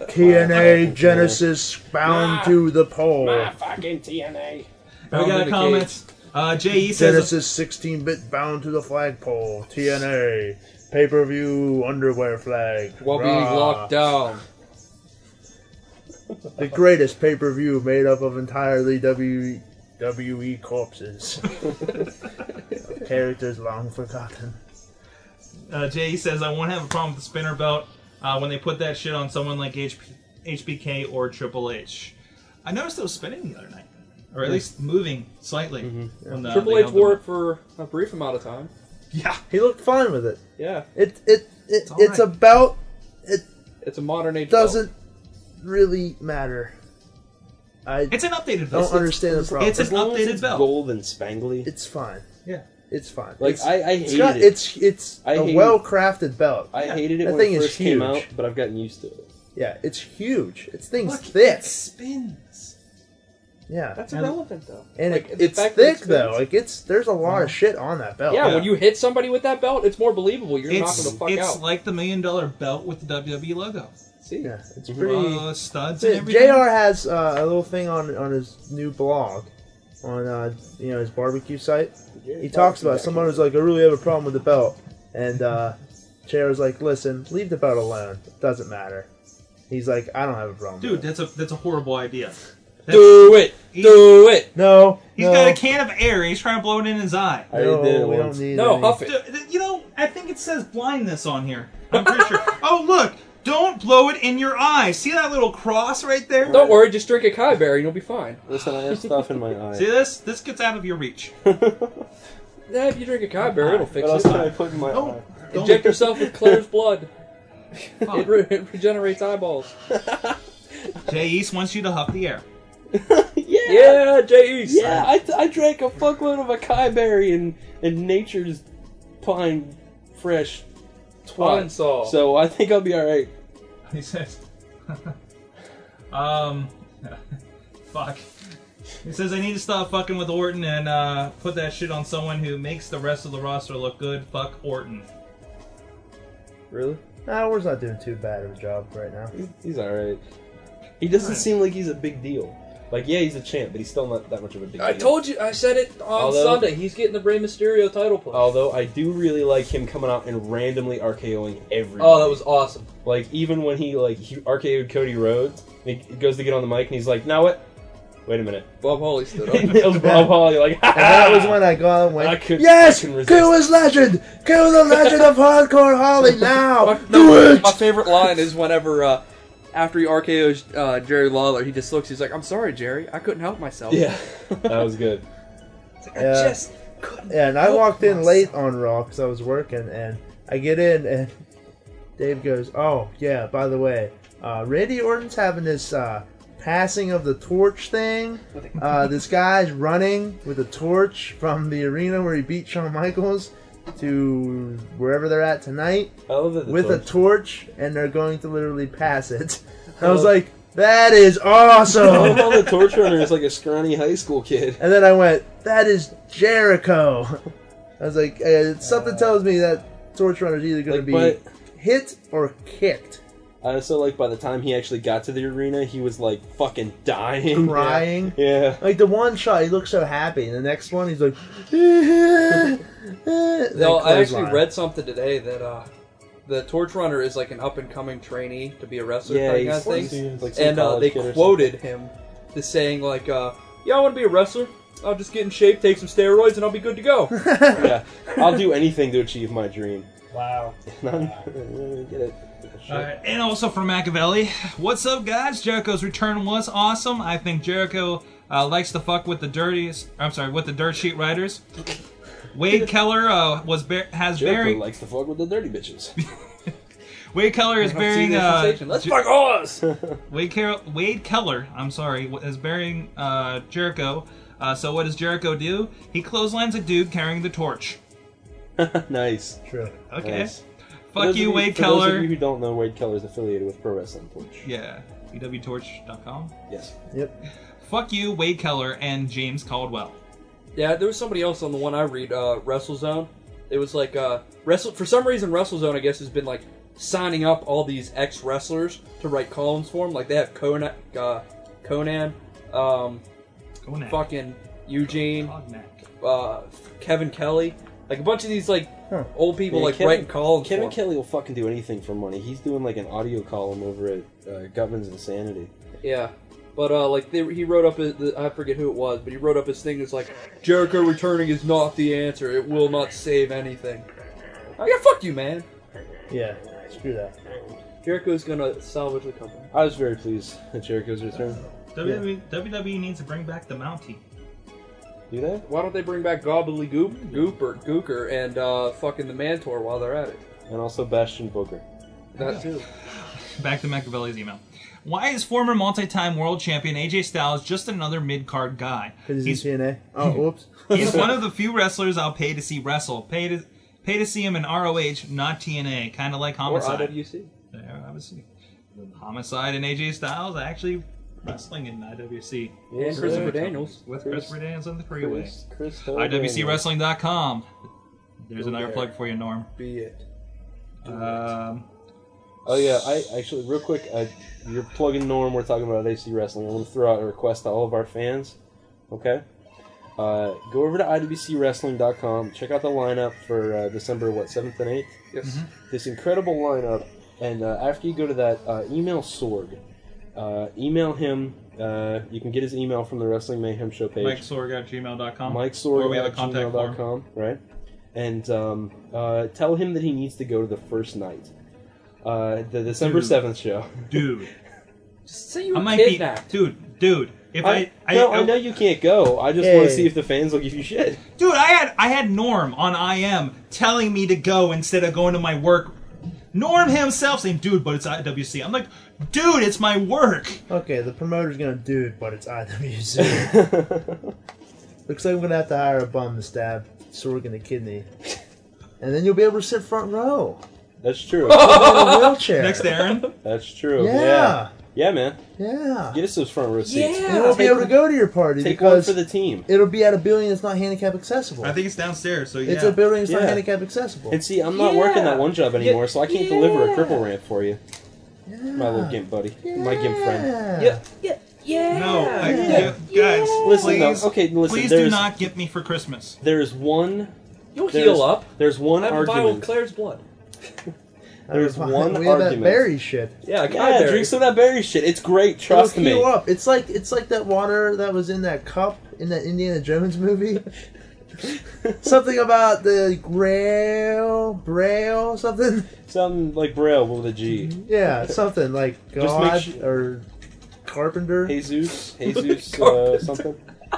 F: TNA Genesis bound to the pole.
D: My fucking TNA.
C: We got a comment. Uh, J.E. says-
F: Genesis 16 bit bound to the flagpole. TNA. Pay per view underwear flag.
E: While being
F: Rah.
E: locked down.
F: The greatest pay per view made up of entirely WWE E
L: <laughs>
F: corpses. Of Characters long forgotten.
C: Uh, Jay says, I won't have a problem with the spinner belt uh, when they put that shit on someone like HP, HBK or Triple H. I noticed it was spinning the other night, or at
E: Yeah.
C: least moving slightly.
F: Mm-hmm.
C: when, uh,
E: Triple
C: they
E: H
C: held
E: wore it for a brief amount of time.
C: Yeah,
F: he looked fine with it.
E: Yeah,
F: It it, it it's,
E: all
F: a
E: right.
F: belt. It
E: it's a modern age.
F: doesn't really matter. I
C: it's an updated
F: Don't understand the problem.
L: As long as it's Gold and spangly.
F: It's fine.
C: Yeah.
F: It's fine.
L: Like,
F: it's,
L: I- I
F: it's
L: hated
F: got-
L: it.
F: It's it's
L: I
F: a
L: hated-
F: well crafted belt.
L: I hated it
F: That
L: when
F: thing
L: it
F: is
L: first came
F: huge.
L: out, but I've gotten used to it.
F: Yeah, it's huge. It's things
E: Look,
F: thick.
E: it
C: spins.
F: Yeah,
E: That's irrelevant though.
F: And
E: Like,
F: it,
E: the
F: it's
E: fact that it
F: thick though.
E: spins-
F: Like it's there's a lot of shit on that belt.
E: Yeah, when you hit somebody with that belt, it's more believable. You're
C: It's,
E: knocking the fuck
C: it's
E: out.
C: like the million dollar belt with the WWE logo.
E: See,
F: yeah, it's
E: pretty-
C: uh, studs and
F: Th-
C: everything.
F: Jr. has uh, a little thing on on his new blog, on uh, you know his barbecue site. He talks about someone who's like, I really have a problem with the belt, and uh, Jr.'s like, listen, leave the belt alone. It doesn't matter. He's like, I don't have a problem.
C: Dude, that's a that's a horrible idea.
E: Do it. Do it.
F: No.
C: He's got a can of air. He's trying to blow it in his eye.
L: I No, did it we don't once. need
E: No, any. huff it.
C: D- You know, I think it says blindness on here. I'm pretty sure. Oh, look! Don't blow it in your eye. See that little cross right there?
E: Don't worry, just drink a Kai berry and you'll be fine.
L: Listen, I have stuff in my eye. <laughs>
C: See this? This gets out of your reach.
E: Yeah, if you drink a Kai berry, it'll fix
L: What else
E: it.
L: can I put in my eye?
E: Inject yourself with Claire's blood. It, re- it regenerates eyeballs.
C: Jay East wants you to huff the air.
L: Yeah,
E: yeah, Jay East.
L: Yeah, I, I drank a fuckload of acai berry and and nature's pine fresh
D: twat.
E: Arkansas.
D: So I think I'll be all right.
C: He says, <laughs> um, <laughs> fuck. He says, I need to stop fucking with Orton and uh, put that shit on someone who makes the rest of the roster look good. Fuck Orton.
D: Really?
F: Nah, we're not doing too bad of a job right now.
D: He's all right. He doesn't seem like he's a big deal. Like yeah, he's a champ, but he's still not that much of a big
E: I
D: deal.
E: told you, I said it on
D: Although- Oh.
E: Sunday. He's getting the Rey Mysterio title push.
D: Although I do really like him coming out and randomly RKOing everyone.
E: Oh, that was awesome.
D: Like even when he like he RKO'd Cody Rhodes, and he goes to get on the mic and he's like, "Now what? Wait a minute."
E: Bob Holly stood
D: <laughs> he
F: <laughs>
D: nails Bob Holly like. <laughs>
F: And
D: Ah!
F: that was when I got and went,
D: I could-
F: Yes!
D: I can resist.
F: Kill his legend! Kill the legend of
E: <laughs>
F: hardcore Holly
D: Oh,
F: now!
E: No, my favorite line is whenever uh, after he RKO's uh, Jerry Lawler, he just looks. He's like, "I'm sorry, Jerry. I couldn't help myself."
D: Yeah,
E: <laughs>
D: that was good.
F: Yeah.
E: just
F: yeah, and I walked in late on Raw because I was working, and I get in, and Dave goes, "Oh yeah, by the way, uh, Randy Orton's having this uh, passing of the torch thing. Uh, this guy's running with a torch from the arena where he beat Shawn Michaels." To wherever they're at tonight
D: that the
F: with a <laughs>
D: torch-
F: torch, and they're going to literally pass it. <laughs>
D: I
F: I was
D: love-
F: like, That
D: <laughs>
F: is awesome! <laughs>
D: All the torch runner is like a scrawny high school kid. <laughs>
F: And then I went, that is Jericho. <laughs> I was like, uh, something tells me that Torch Runner's either going
D: Like,
F: to
D: but-
F: be hit or kicked.
D: I also like by the time he actually got to the arena, he was like fucking dying,
F: Crying.
D: <laughs> Yeah.
F: Like the one shot, he looks so happy. And the next one, he's like, <laughs> no,
E: No, I actually read something today that uh, the Torch Runner is like an up and coming trainee to be a wrestler
D: Yeah,
E: kind
D: he's-
E: of thing.
D: he's like some
E: and uh,
D: college
E: they
D: kid or
E: quoted him to saying like, uh, "Yeah, I want to be a wrestler. I'll just get in shape, take some steroids, and I'll be good to go."
D: <laughs> yeah, I'll do anything to achieve my dream. <laughs>
E: wow. Uh,
D: Get it.
C: Alright, and also from Machiavelli. What's up, guys? Jericho's return was awesome. I think Jericho uh, likes to fuck with the dirtiest. I'm sorry, with the dirt sheet writers. Wade Keller uh, was bar- has
D: Jericho
C: buried.
D: likes to fuck with the dirty
C: <laughs>
D: bitches.
C: Wade
D: <laughs>
C: Keller is
D: I don't see
C: burying.
D: this
C: Uh,
D: sensation. Let's
C: Je-
D: fuck ours!
C: <laughs> Wade, Car- Wade Keller, I'm sorry, wa- is burying uh, Jericho. Uh, so what does Jericho do? He clotheslines a dude carrying the torch.
D: nice.
F: True.
C: Okay.
D: Nice. For
C: Fuck
D: those
C: you,
D: of
C: Wade
D: for Those
C: Keller.
D: of you who don't know, Wade Keller is affiliated with Pro Wrestling Torch.
C: Yeah. E EWTorch.com.
D: Yes.
F: Yep.
C: Fuck you, Wade Keller and James Caldwell.
E: Yeah, there was somebody else on the one I read, uh, WrestleZone. It was like uh, wrestle for some reason WrestleZone I guess has been like signing up all these ex wrestlers to write columns for them. Like they have Conan, uh, Conan, um,
C: Conan.
E: fucking Eugene, uh, Kevin Kelly, like a bunch of these like old people
D: Yeah,
E: like
D: Kevin-
E: writing columns.
D: Kevin
E: for 'em.
D: Kelly will fucking do anything for money. He's doing like an audio column over at uh, Gutman's Insanity.
E: Yeah. But uh, like they, he wrote up, his, the, I forget who it was, but he wrote up his thing. It's like Jericho returning is not the answer. It will not save anything. Oh yeah, fuck you, man.
F: Yeah, screw that.
E: Jericho's gonna salvage the company.
D: I was very pleased <laughs> at Jericho's return.
C: WWE, WWE E needs to bring back the Mountie.
D: Do they?
E: Why don't they bring back Gobbly Goop, Gooper, Gooker, and uh, fucking the Mantor while they're at it?
D: And also Bastion Booker.
E: That too.
C: Back to Machiavelli's email. Why is former multi-time world champion AJ Styles just another mid-card guy?
F: Because he's, in TNA. Oh, whoops.
E: <laughs>
C: He's one of the few wrestlers I'll pay to see wrestle. Pay to pay to see him in ROH, not TNA. Kind of like Homicide.
E: Or IWC.
C: Yeah, obviously. Homicide and AJ Styles actually wrestling in IWC.
E: And Christopher Daniels.
C: With Christopher Daniels on the freeway.
E: Chris-
D: Christopher
C: IWCWrestling.com. There's another
D: there.
C: plug for you, Norm.
E: Be it.
C: Um,
D: Oh yeah, I actually real quick, uh, you're plugging Norm. We're talking about AC wrestling. I want to throw out a request to all of our fans. Okay, uh, go over to IWCWrestling.com. Check out the lineup for uh, December what seventh and eighth.
E: Yes.
C: Mm-hmm.
D: This incredible lineup, and uh, after you go to that, uh, email Sorg. Uh, email him. Uh, you can get his email from the Wrestling Mayhem Show page.
C: Mike Sorg at gmail.com.
D: Mike
C: Or
D: Sorg
C: we have a
D: at
C: contact form.
D: gmail.com, right? And um, uh, tell him that he needs to go to the first night. Uh, the December
C: Dude.
D: 7th show.
C: Dude.
E: Just say you
C: I
E: were
C: might
E: kidnapped.
C: be. Dude, dude. If I. I,
D: no, I,
C: I-
D: know you can't go. I just want
C: Hey.
D: to see if the fans will give you shit.
C: Dude, I had I had Norm on IM telling me to go instead of going to my work. Norm himself saying, "Dude, but it's IWC." I'm like, "Dude, it's my work."
F: Okay, the promoter's gonna do it, but it's IWC. Looks like I'm gonna have to hire a bum to stab Sorg in the kidney, and then you'll be able to sit front row.
D: That's true.
F: Put him in a wheelchair.
C: Next to Aaron.
D: <laughs> That's true.
F: Yeah.
D: Yeah. Yeah, man.
F: Yeah.
D: Get us those front row seats.
F: You won't be able to go to your party
D: Take one
F: because
D: for the team.
F: it'll be at a building that's not handicap accessible.
C: I think it's downstairs. So yeah.
F: It's a building that's not
D: Yeah.
F: handicap accessible.
D: And see, I'm not working that one job anymore, so I can't deliver a cripple ramp for you. My little gimp buddy. My gimp friend.
F: Yeah.
E: Yeah. Yeah.
C: No, I,
D: Yeah.
C: yeah, guys,
D: Listen, though,
C: please,
D: okay, listen,
C: please do
D: there's-
C: not get me for Christmas.
D: There is one.
E: You'll
D: there's-
E: heal up.
D: There's one
E: I'm
D: argument.
E: Claire's blood.
D: There's
F: Fine.
D: one
F: we have that
D: argument.
F: berry shit.
E: Yeah, I got
D: yeah,
E: berries.
D: drink some of that berry shit. It's great. Trust
F: It'll
D: me.
F: heal up. It's like it's like that water that was in that cup in that Indiana Jones movie. something about the grail, braille, something.
D: Something like Braille with a G.
F: Yeah, something like
D: make
F: God
D: su-
F: or carpenter,
D: Jesus, Jesus, uh, something.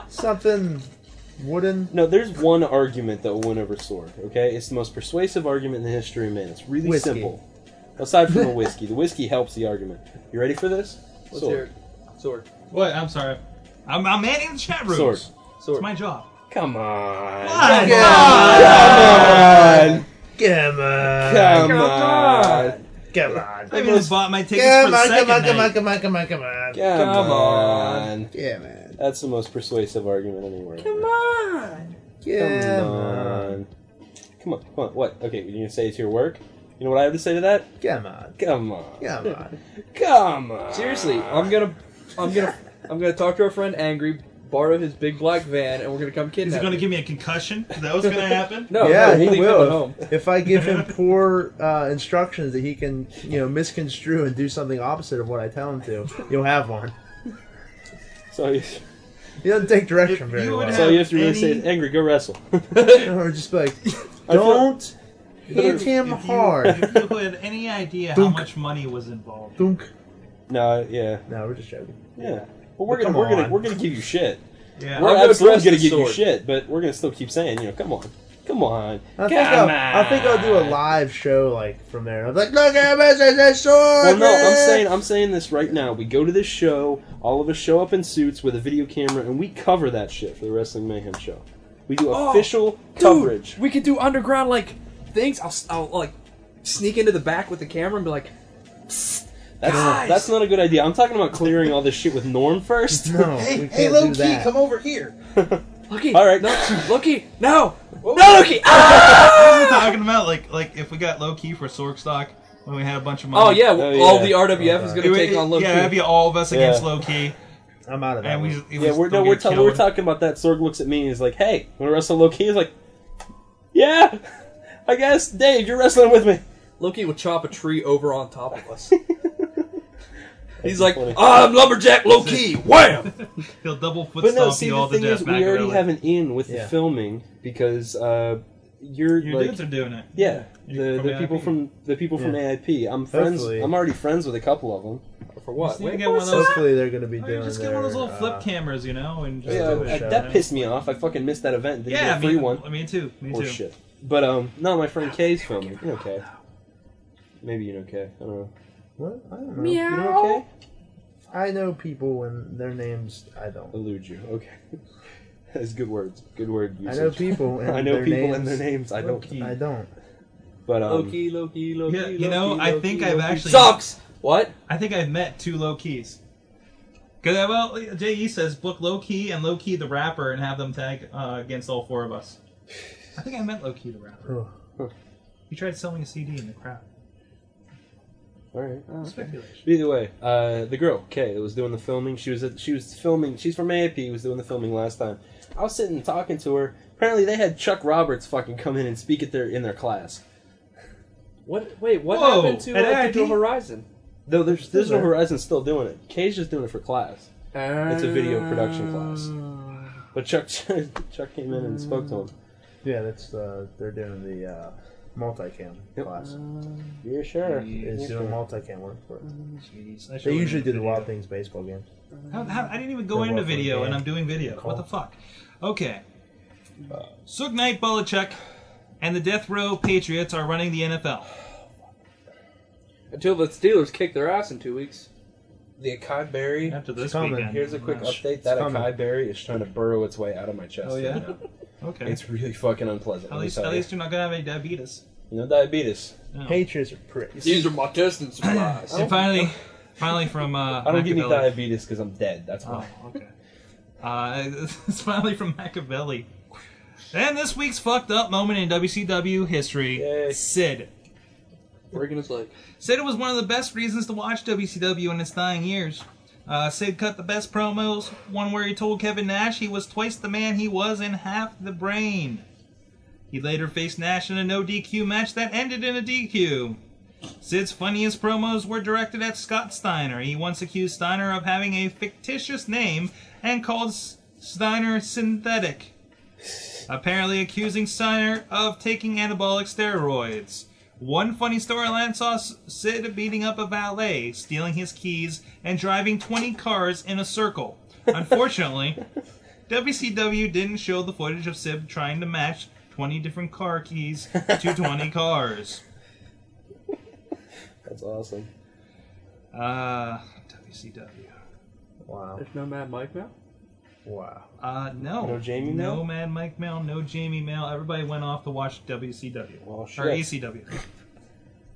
F: something wooden.
D: No, there's one argument that will win over sword. Okay, it's the most persuasive argument in the history of man. It's really
F: Whiskey.
D: simple. Aside from the whiskey, the whiskey helps the argument. You ready for this?
E: Let's hear it. Sword.
C: What? I'm sorry. I'm, I'm manning the chat rooms.
D: Sword.
E: Sword.
C: It's my job.
D: Come on.
C: Come
D: Come on.
F: Come on,
D: Come
F: come
D: on.
F: come on,
C: I even bought my tickets for
F: come
C: the
F: on,
C: second
F: come on, come
C: night.
F: on, come on, come on, come on.
D: Come,
E: Come
D: on.
F: Yeah, man.
D: That's the most persuasive argument anywhere. Come
E: on.
F: Yeah, man.
D: on. Uh, Come on. Come on. What? Okay, you're gonna say it's your work? You know what I have to say to that?
F: Come on.
D: Come on.
F: Come on.
D: Come on.
E: Seriously, I'm gonna, I'm gonna, I'm gonna talk to our friend Angry, borrow his big black van, and we're gonna come
C: Is he
E: kidnap.
C: going to
E: him.
C: give me a concussion? Is that what's going to happen?
E: No,
F: yeah,
E: Oh, no, we'll
F: he
E: leave him at home.
F: will. If I give him poor uh, instructions that he can, you know, misconstrue and do something opposite of what I tell him to, you'll have one.
D: So you,
F: He doesn't take direction
C: If
F: very
C: you would
F: well.
D: so you have to really
C: Any-
D: say, is, angry, go wrestle. <laughs>
F: <laughs> or just be like,
D: I feel-
F: don't hit him
C: If you-
F: hard.
C: If you had any idea how
F: Dunk.
C: much money was involved.
F: Dunk.
D: no, yeah,
F: No, we're just joking.
D: yeah. But we're
F: But
D: gonna
F: come
D: we're
F: on.
D: gonna we're gonna give you shit.
C: Yeah.
D: We're
E: I'll go
D: absolutely
E: dress
D: gonna
E: the
D: give you
E: sword.
D: shit, but we're gonna still keep saying, you know, come on, come on,
F: I think,
D: come
F: I'll,
D: on.
F: I think I'll do a live show like from there. I'm like, look at this, it's a sword.
D: Well, no, I'm
F: man!"
D: saying I'm saying this right now. We go to this show, all of us show up in suits with a video camera, and we cover that shit for the Wrestling Mayhem show. We do
E: Oh,
D: official
E: Dude,
D: coverage.
E: we could do underground like things. I'll, s- I'll like sneak into the back with the camera and be like,
D: That's
E: guys.
D: that's not a good idea. I'm talking about clearing all this shit with Norm first.
F: <laughs> no,
A: Hey,
F: we can't
A: hey,
F: do
A: low key,
F: that.
A: come over
C: <laughs>
A: here.
E: "Lucky,
D: All right.
E: no, Lucky, no, no, Lucky." Ah!
D: <laughs>
C: What are talking about? Like, like if we got low key for Sork stock when we had a bunch of money.
E: Oh yeah,
D: Oh,
E: all
D: yeah.
E: the RWF is
C: It
E: gonna
C: would-
E: take on Lucky.
C: Yeah, that'd be all of us against
D: Yeah.
C: low key.
F: I'm out of that.
C: And we,
F: one.
C: just- we
D: Yeah,
C: just
D: we're no,
C: don't
D: we're,
C: get
D: ta-
C: killed.
D: we're talking about that. Sorg looks at me and he's like, "Hey, want to wrestle Loki?" He's like, "Yeah, <laughs> I guess." Dave, you're wrestling with me.
E: Loki would chop a tree over on top of
D: <laughs>
E: us. He's like,
D: funny.
E: I'm lumberjack Loki. Wham!
C: He'll double foot
D: But
C: stomp
D: no, see,
C: you
D: the
C: all to
D: thing
C: death.
D: is,
C: back
D: we already
C: alley.
D: have an in with
F: Yeah.
D: the filming because uh, you're
C: Your
D: like,
C: dudes are doing it.
D: yeah, the,
C: You're from
D: the people
C: AIP.
D: from the people from AIP. I'm friends.
F: Hopefully.
D: I'm already friends with a couple of them.
E: For what?
C: You
E: Wait,
C: get one of those.
F: Hopefully, they're going to be
C: or you
F: doing
C: just get one of those
F: their,
C: little flip
F: uh,
C: cameras, you know, and just
D: Yeah,
C: do
D: I-
C: it.
D: that pissed me off. I fucking missed that event. Didn't
C: Yeah,
D: get a
C: I
D: free
C: mean,
D: one
C: me too. Me
D: or
C: too.
D: shit. But um, no, my friend Kay's filming. You know Kay? Maybe you know Kay. I don't know.
F: What? I don't know.
D: You know Kay?
F: I know people when their names I don't.
D: Elude you. Okay. <laughs> That's good words. Good word
F: I
D: usage. <laughs>
F: know people. And
D: I know
F: their
D: people
F: names,
D: and their names. I don't.
F: I don't.
D: But um,
E: Loki, Loki, Loki.
C: Yeah, you know,
E: Loki,
C: I
E: Loki,
C: think
E: Loki.
C: I've actually-
E: sucks. What?
C: I think I've met two low keys. Cause uh, well, Je says book low key and low key the rapper and have them tag uh, against all four of us. I think I met low key the rapper.
F: Ugh.
C: He tried selling a CD in the crowd.
D: all right.
C: Uh. Speculation.
D: Either way, uh, the girl Kay that was doing the filming, she was at, she was filming. She's from AAP. Was doing the filming last time. I was sitting and talking to her. Apparently, they had Chuck Roberts fucking come in and speak at their in their class.
E: What? Wait, what
C: Whoa,
E: happened to
C: at
E: uh,
C: AIT?
E: Digital Horizon?
D: Though there's there's no Horizon still doing it. Kay's just doing it for class.
E: It's
D: a video
E: Uh,
D: production class. But Chuck <laughs> Chuck came in and spoke to him.
F: Yeah, that's uh, they're doing the uh, multicam
D: Yep.
F: class.
C: Uh,
D: Yeah, sure.
F: Is
D: Yeah,
F: doing
D: sure.
F: multicam work for it.
C: Uh-huh. Jeez, I
F: They
C: should've
F: usually do
C: been
F: the
C: video.
F: Wild Things baseball games.
C: How, how, I didn't even go
F: They're
C: into
F: welcome,
C: video,
F: yeah.
C: and I'm doing video. What the fuck? Okay. Suge Knight Belichick and the Death Row Patriots are running the NFL.
E: Until the Steelers kick their ass in two weeks.
D: The Akai Berry.
C: After this
F: coming.
C: weekend.
D: Here's a quick
C: Gosh.
D: update. That
F: coming.
D: Akai Berry is trying to burrow its way out of my chest.
C: Oh,
D: <laughs>
C: yeah?
D: Right now.
C: Okay.
D: It's really fucking unpleasant.
C: At
D: let me
C: least,
D: tell
C: at
D: you.
C: least you're not gonna have any diabetes.
D: No diabetes.
C: Oh.
F: Patriots are pricks.
E: These are my testing <laughs>
F: Oh.
E: supplies.
C: and finally, finally from uh,
D: I don't get any
C: Machiavelli.
D: diabetes because I'm dead. That's why.
C: Oh, okay. Uh, <laughs> it's finally from Machiavelli. And this week's fucked up moment in WCW history Sid.
E: Breaking his leg.
C: Sid was one of the best reasons to watch WCW in its dying years. Uh, Sid cut the best promos, one where he told Kevin Nash he was twice the man he was and half the brain. He later faced Nash in a no DQ match that ended in a DQ. Sid's funniest promos were directed at Scott Steiner. He once accused Steiner of having a fictitious name and called S- Steiner synthetic, apparently accusing Steiner of taking anabolic steroids. One funny storyline saw S- Sid beating up a valet, stealing his keys, and driving 20 cars in a circle. Unfortunately, WCW didn't show the footage of Sid trying to match 20 different car keys to 20 cars.
D: That's awesome.
C: Uh, WCW.
F: Wow.
E: There's no Mad Mike now?
F: Wow.
C: Uh, no.
D: No Jamie
C: No
D: Mail?
C: Mad Mike Mail, no Jamie Mail. Everybody went off to watch WCW. Well,
D: shit.
C: Or E ECW. E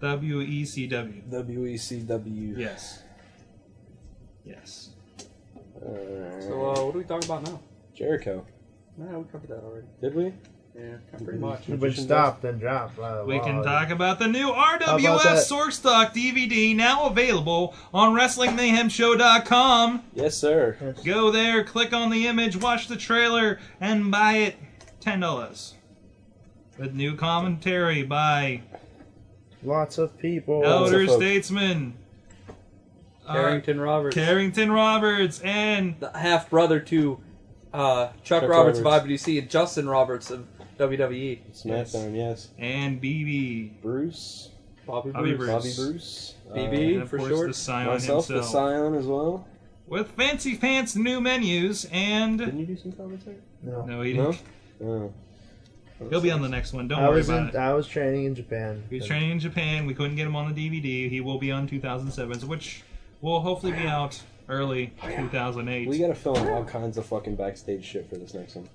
C: WECW.
D: E WECW.
C: Yes. Yes.
E: So, uh, what do we talk about now?
D: Jericho.
E: Nah, we covered that already.
D: Did we?
E: Yeah, pretty much.
F: But stop, then drop. Wow,
C: We
F: wow.
C: can talk about the new
F: about that?
C: RWF Sorkstock DVD now available on WrestlingMayhemShow.com.
D: Yes, sir.
C: Go there, click on the image, watch the trailer, and buy it $10. With new commentary by
F: Lots of people.
C: Elder Statesman. uh,
E: Carrington Roberts.
C: Carrington Roberts and
E: the half brother to uh,
D: Chuck
E: Chuck, Roberts,
D: Roberts.
E: of IBDC and Justin Roberts of E. WWE.
D: SmackDown, yes.
C: And BB.
D: Bruce.
E: Bobby,
C: Bobby
E: Bruce.
D: Bobby Bruce.
E: BB,
D: Uh,
C: And of
E: for
C: course
E: short.
C: the Scion
D: myself, the
C: himself.
D: Scion as well.
C: With fancy pants new menus and.
D: Didn't you do some commentary? Oh.
C: No, he didn't.
D: No.
C: He'll be on the next one. Don't
F: I
C: worry
F: was
C: about it.
F: in, I was training in Japan.
C: He was training in Japan. We couldn't get him on the DVD. He will be on 2007s, which will hopefully be out early 2008.
D: We gotta film all kinds of fucking backstage shit for this next one.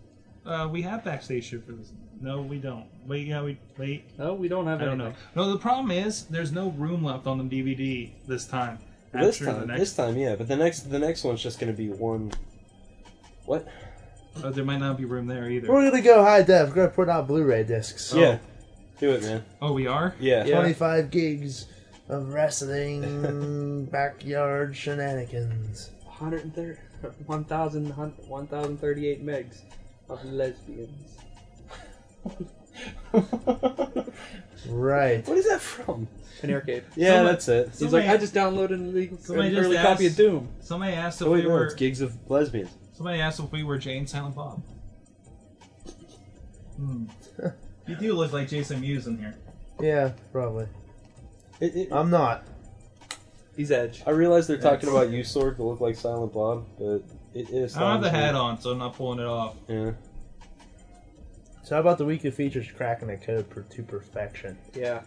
C: Uh, we have backstage shit for this. No, we don't. Wait, yeah, we wait.
E: No, we don't have
C: I don't know.
E: anything.
C: No, the problem is there's no room left on the DVD this time.
D: This
C: After the
D: time,
C: next-
D: this time, yeah. But the next, the next one's just gonna be one. What?
C: Oh, there might not be room there either.
F: We're gonna go high def. We're gonna put out Blu-ray discs.
D: Yeah. Do it, man.
C: Oh, we are.
D: Yeah. <laughs>
F: Twenty-five gigs of wrestling <laughs> backyard shenanigans.
E: <laughs> 130 1,000 1,038 megs of lesbians.
F: Right.
D: What is that from?
E: An arcade.
D: Yeah,
C: Somebody-
D: that's it.
E: He's
C: Somebody-
E: like, I just downloaded an illegal
C: Somebody
E: an
C: just
E: early copy of
C: asked-
E: Doom.
C: Somebody asked if
D: Oh wait,
C: we
D: no, it's
C: were.
D: gigs of lesbians.
C: Somebody asked if we were Jane Silent Bob. Hmm. you do look like Jason Mewes in here.
F: Yeah, probably.
D: It, it,
F: I'm not.
E: He's Edge.
D: I realize they're talking
F: That's-
D: about you, Sorg, to look like Silent Bob, but it is.
C: I don't have the hat on, so I'm not pulling it off.
D: Yeah.
F: So how about the weekly features cracking the code per, to perfection?
E: Yeah.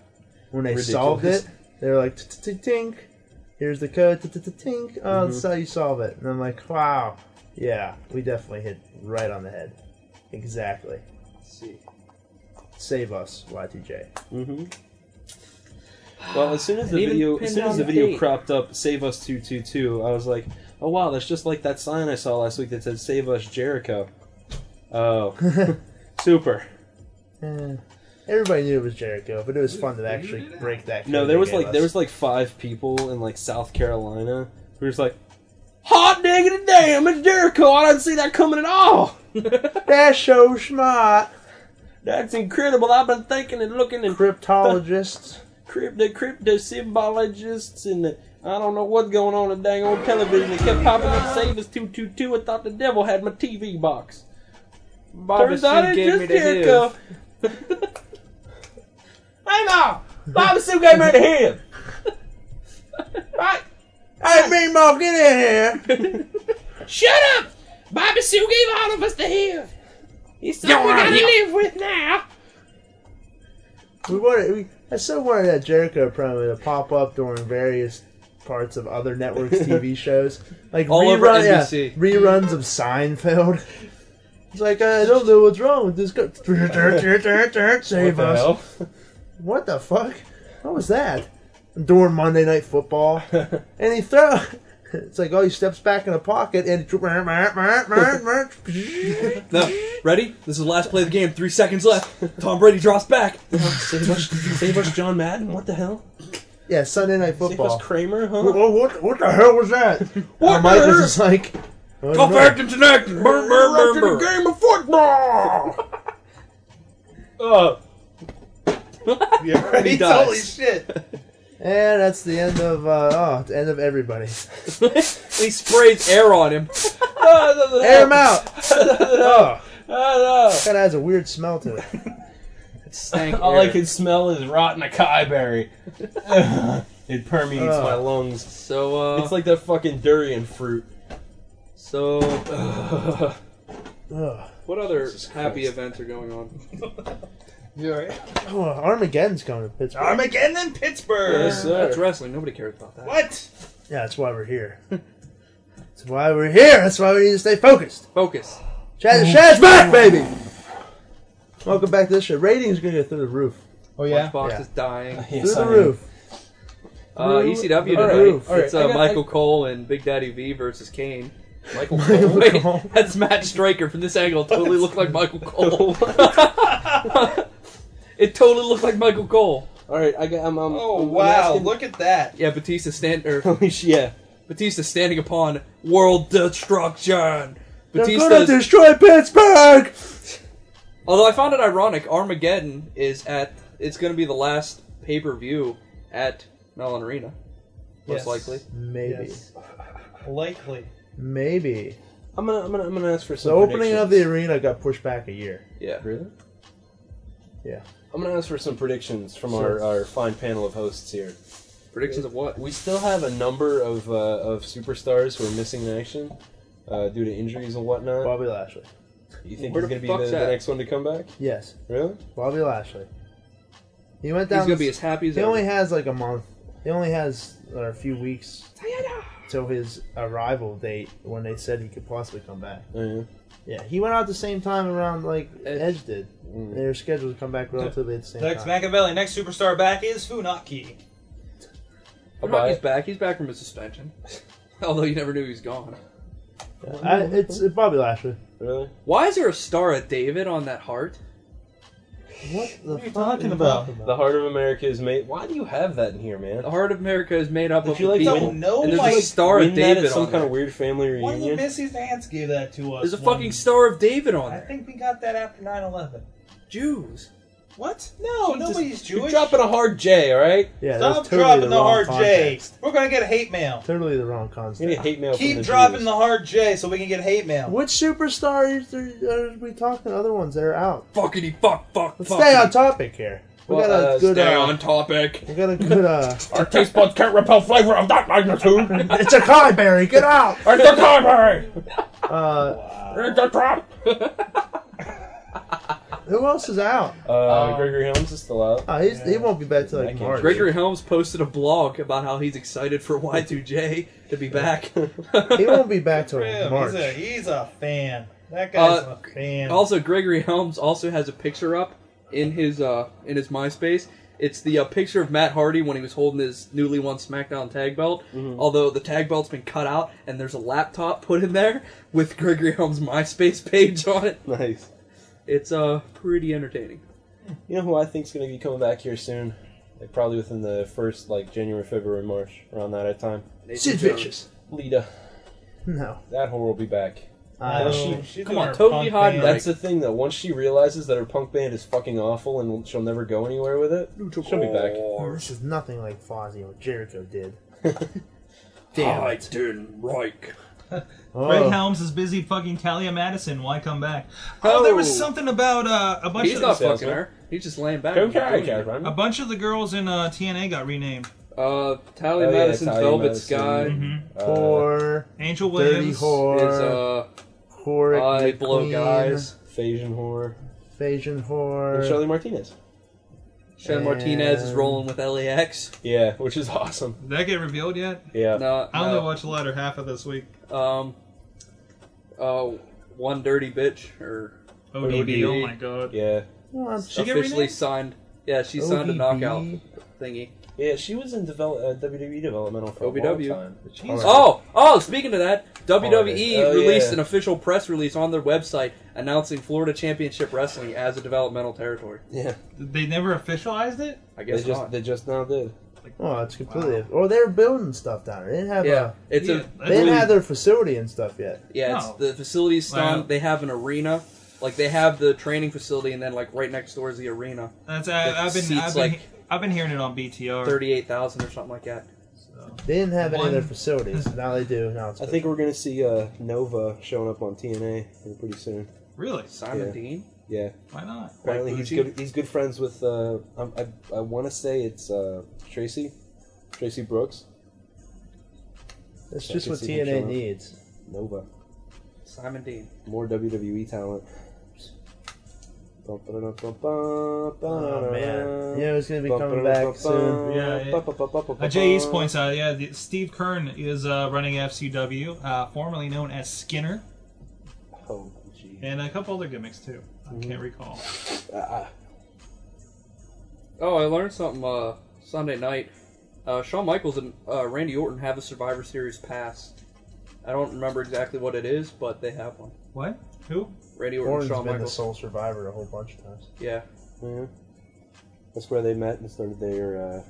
F: When they
D: Ridiculous.
F: solved it, they were like, "Tink, here's the code. Tink,
D: Mm-hmm.
F: oh, that's how you solve it." And I'm like, "Wow, yeah, we definitely hit right on the head. Exactly.
E: Let's see.
F: Save us, Y2J."
D: hmm Well, as soon as the
E: Mm-hmm. And even
D: video,
E: pinned
D: as soon as
E: on
D: the
E: the
D: video
E: date.
D: cropped up, "Save Us Two Two Two, I was like, "Oh wow, that's just like that sign I saw last week that said Save Us Jericho."
E: <laughs>
D: Oh, super.
F: Eh, Everybody knew it was Jericho, but it was fun to actually break that. Code
D: No, there
F: they
D: was
F: gave
D: like
F: us.
D: there was like five people in like South Carolina who were just like, "Hot diggity damn, it's Jericho! I didn't see that coming at all.
F: That's so smart.
D: That's incredible. I've been thinking and looking and <laughs>
F: Cryptologists.
D: crypto crypto symbologists and the, I don't know what's going on in dang old television. It kept popping up save us two two two. I thought the devil had my TV box.
E: Bobby
D: Turns out
E: Sue
D: it's
E: gave me
D: just
E: the
D: Jericho.
E: hiv.
D: hey now, Bobby Sue gave me the head. right?
F: Hey, Meemaw, get in here.
D: Shut up! Bobby Sue gave all of us the hiv. It's something we gotta live with now.
F: We wanted. We, I so wanted that Jericho promo to pop up during various parts of
E: <laughs>
F: other networks' TV shows, like
E: All over
F: rerun- yeah,
E: NBC.
F: reruns of Seinfeld. uh,
E: <laughs>
F: It's like I don't know what's wrong with this guy. Save us. what the fuck? What was that? During Monday Night
E: <laughs>
F: Football, and he throw. <laughs> It's like, oh, he steps back in the
E: <laughs>
F: pocket and <laughs>
E: No, ready? This is the last play of the game. Three seconds left. Tom Brady drops back.
D: save, us, save us, John Madden. What the hell?
F: yeah, Sunday Night Football.
D: Kramer, huh?
F: What, what, what the hell was <laughs> that?
D: What
F: And Mike
D: the
F: was
D: hell?
F: just like, oh,
D: Tough
F: no. <laughs>
D: acting and acting. Burr, burr, burr, burr.
F: game of football.
D: Oh.
F: yeah,
D: right, he dies.
F: Holy shit. <laughs> And that's the end of uh, oh, it's the end of <laughs> everybody.
E: he sprays air on him.
F: Air him out. <laughs> oh,
D: Oh,
F: kind of has a weird smell to <laughs> it.
E: <laughs>
D: no. All I can smell is rotten acai berry. <laughs> it permeates
F: Oh.
D: my lungs.
E: So, uh,
D: It's like that fucking durian fruit.
E: so uh,
F: Ugh.
E: what other happy events are going on?
D: You alright?
F: Oh, Armageddon's coming to Pittsburgh.
A: Armageddon in Pittsburgh.
D: Yes, sir.
E: That's wrestling. Nobody cares about that.
A: What?
F: yeah, that's why we're here. that's why we're here. That's why we need to stay focused.
E: Focus.
F: Chad, Chad's Mm-hmm. back, baby. Welcome back to this show. Ratings gonna go through the roof.
A: Oh
E: Lunchbox
F: Yeah.
E: is dying.
F: Through
D: Yes,
F: the
D: I am.
F: roof.
E: Uh, ECW
F: All
E: tonight.
F: right, all right.
E: It's
D: I
E: uh,
D: got-
E: Michael Cole and Big Daddy V versus Kane.
D: Michael Cole?
E: Wait, <laughs> that's Matt Striker from this angle. It Totally looked like
F: <laughs>
E: Michael Cole. <laughs> it totally looked like Michael Cole.
D: Alright, I got, I'm, I'm,
A: Oh
D: I'm
A: wow!
D: asking-
A: Look at that.
E: Yeah, Batista stand
D: <laughs>
E: or
D: Holy shit, yeah.
E: Batista standing upon world destruction.
F: They're gonna
E: Batista's
F: destroy Pittsburgh.
E: Although I found it ironic, Armageddon is at. It's going to be the last pay per view at Mellon Arena, most
A: Yes.
E: likely.
F: Maybe,
A: Likely.
F: maybe.
D: I'm gonna, I'm gonna, I'm gonna ask for some
F: The opening
D: predictions.
F: of the arena got pushed back a year.
E: Yeah.
D: Really?
F: Yeah.
D: I'm gonna ask for some predictions from our, our fine panel of hosts here.
E: Predictions of what?
D: We still have a number of uh, of superstars who are missing in action uh, due to injuries and whatnot.
F: Bobby Lashley.
D: you think
E: Where
D: he's
E: the
D: gonna be
E: fuck's
D: the, the
E: that?
D: next one to come back?
F: Yes,
D: Really?
F: Bobby Lashley. He went
E: He's
F: down.
E: going to be as happy as
F: he only
E: ever.
F: has like a month. He only has uh, a few weeks till his arrival date when they said he could possibly come back.
D: Oh, yeah.
F: Yeah, he went out the same time around like
E: Edge.
F: Edge, did.
D: Mm.
F: They were scheduled to come back relatively at the same
C: Next
F: time.
C: Machiavelli, next superstar back is Funaki.
E: But
D: Bye-bye.
E: He's back. He's back from his suspension. <laughs> Although you never knew he was gone.
F: I, it's uh, Bobby Lashley.
D: Really?
E: Why is there a star of David on that heart?
F: What the
C: are you
F: fuck
C: talking
F: are you
C: about?
F: talking
D: The heart of America is made. Why do you have that in here, man?
E: The heart of America is made up
D: Would
E: of
D: you like
E: people.
D: to win-
A: No,
E: and there's
A: like,
E: a star
D: Wouldn't
E: of
D: that at
E: David
D: some
E: on
D: kind
E: there.
D: of weird family
A: One of the
D: reunion.
A: Missy's aunts gave that to us.
E: There's a
A: one-
E: fucking star of David on
A: I
E: there.
A: think we got that after 9/11.
E: Jews.
A: What? No,
D: Just-
A: nobody's
D: You're
A: Jewish.
D: dropping a hard J, all right?
F: Yeah, that was
A: Stop
F: totally
A: dropping the,
F: wrong
A: hard
F: context.
A: J. We're gonna get hate mail.
F: Totally the wrong
D: You
F: concept.
D: need hate mail. from
A: Keep
D: the
A: dropping
D: Jews.
A: the hard J so we can get hate mail.
F: Which superstar is there, are we talking? Other ones that are out.
E: Fuckity fuck fuck
F: Let's
E: fuck.
F: stay on topic here. We
D: Well,
F: got a
D: uh,
F: good.
E: Stay
F: uh,
E: on topic.
F: We got a good. Uh,
D: Our taste buds can't repel flavor of that <laughs> magnitude.
F: it's a Kai Berry. Get out.
D: It's the library.
F: <laughs> Uh,
D: It's the trap.
F: who else is out?
D: Uh, Gregory Helms is still out.
F: Oh, he's, he won't be back till like
D: That
F: March.
D: can't-
E: Gregory Helms posted a blog about how he's excited for Y2J to be back.
F: He won't be back till
A: Him. He's
F: March.
A: a, he's a fan. That guy's
E: Uh,
A: a fan.
E: also, Gregory Helms also has a picture up in his uh, in his MySpace. It's the uh, picture of Matt Hardy when he was holding his newly won SmackDown tag belt.
D: Mm-hmm.
E: Although the tag belt's been cut out and there's a laptop put in there with Gregory Helms' MySpace page on it.
D: Nice.
E: It's uh pretty entertaining.
D: You know who I think's going to be coming back here soon? Like, probably within the first like January, February, March, around that time.
E: Nathan
F: Sid
E: Jones.
F: Vicious.
D: Lita,
F: No. Uh,
D: that whore will be back.
F: I
C: Oh,
A: No,
F: don't-
A: Oh, she's
E: come
A: in
E: on,
A: her
E: Toby
A: punk
E: Hahn,
A: band.
D: That's the thing though. Once she realizes that her punk band is fucking awful and she'll never go anywhere with it, she'll be back.
F: This is nothing like Fozzy or Jericho did. Damn
E: I
F: it.
E: didn't like.
F: Oh.
C: Greg Helms is busy fucking Talia Madison. Why come back? Oh, there was
E: Oh.
C: something about uh, a bunch
E: He's
C: of
E: not
D: Salesman.
E: fucking her. He's just laying back.
D: Don't
E: Doing
D: care,
E: it.
C: a
D: Catherine.
C: bunch of the girls in uh, TNA got renamed.
E: Uh, Tally
D: Oh, yeah,
E: Madison,
D: Tally
E: Velvet
D: Madison.
E: Sky
D: Uh,
F: Whore,
C: Angel
F: dirty
C: Williams.
E: is
F: whore,
E: uh,
F: whore,
E: I blow guys.
D: Phasian whore
F: Asian
D: and
F: whore.
D: Charlie Martinez.
E: Shen Martinez is
F: And-
E: rolling with LAX.
D: Yeah, which is <laughs> awesome.
C: Did that get revealed yet?
D: Yeah.
E: No,
C: I only
E: no.
C: watched the latter half of this week.
E: Um, uh, one dirty bitch or
C: ODB.
E: ODB.
C: Oh my god.
D: Yeah.
F: Well,
C: She get
F: Oh,
E: officially
C: renamed?
E: signed. Yeah, she signed a
D: OVB.
E: knockout thingy.
D: Yeah, she was in develop, uh, WWE developmental for
E: OVW.
D: a
F: E?
D: long time.
E: Oh, oh! Speaking of that, WWE
D: Oh, yeah.
E: released an official press release on their website announcing Florida Championship Wrestling as a developmental territory.
D: Yeah,
C: they never officialized it.
E: I guess
D: They just-
E: not.
D: they just now did.
F: Oh, it's completely. Or they're building stuff down there. They didn't have
E: Yeah,
F: a.
E: it's a-
F: they didn't have their facility and stuff yet.
E: Yeah, it's the facility's
F: Wow.
E: done. They have an arena, like they have the training facility, and then like right next door is the arena.
C: That's
E: That
C: I, I've been
E: seats,
C: I've been,
E: like
C: I've been hearing it on BTR.
E: thirty-eight thousand or something like that.
F: They didn't have any of their
E: One-
F: facilities. now they do. Now it's.
D: I think we're gonna see uh, Nova showing up on TNA here pretty soon.
C: Really?
E: Simon
D: Yeah.
E: Dean?
D: Yeah.
C: Why not? Uh,
D: Apparently
C: Like
D: he's
C: Bucci?
D: good. He's good friends with. Uh, I'm- I I want to say it's uh, Tracy, Tracy Brooks.
F: That's
D: I
F: just
D: could
F: what
D: see him
F: TNA
D: showing up.
F: needs.
D: Nova,
E: Simon Dean.
D: more WWE talent. Oh
F: man. Yeah, he's gonna be coming back soon.
C: Yeah, yeah. Uh, Jay East points out, yeah, the, Steve Kern is uh, running FCW, uh, formerly known as Skinner.
D: Oh,
C: and a couple other gimmicks too. I can't recall.
E: Oh, I learned something uh, Sunday night. Uh, Shawn Michaels and uh, Randy Orton have a Survivor Series pass. I don't remember exactly what it is, but they have one.
C: What? Who?
E: Randy Orton,
F: Orton's
E: and Shawn
F: been the
E: Michaels.
F: sole survivor a whole bunch of times.
E: Yeah.
D: Yeah. That's where they met and started their uh,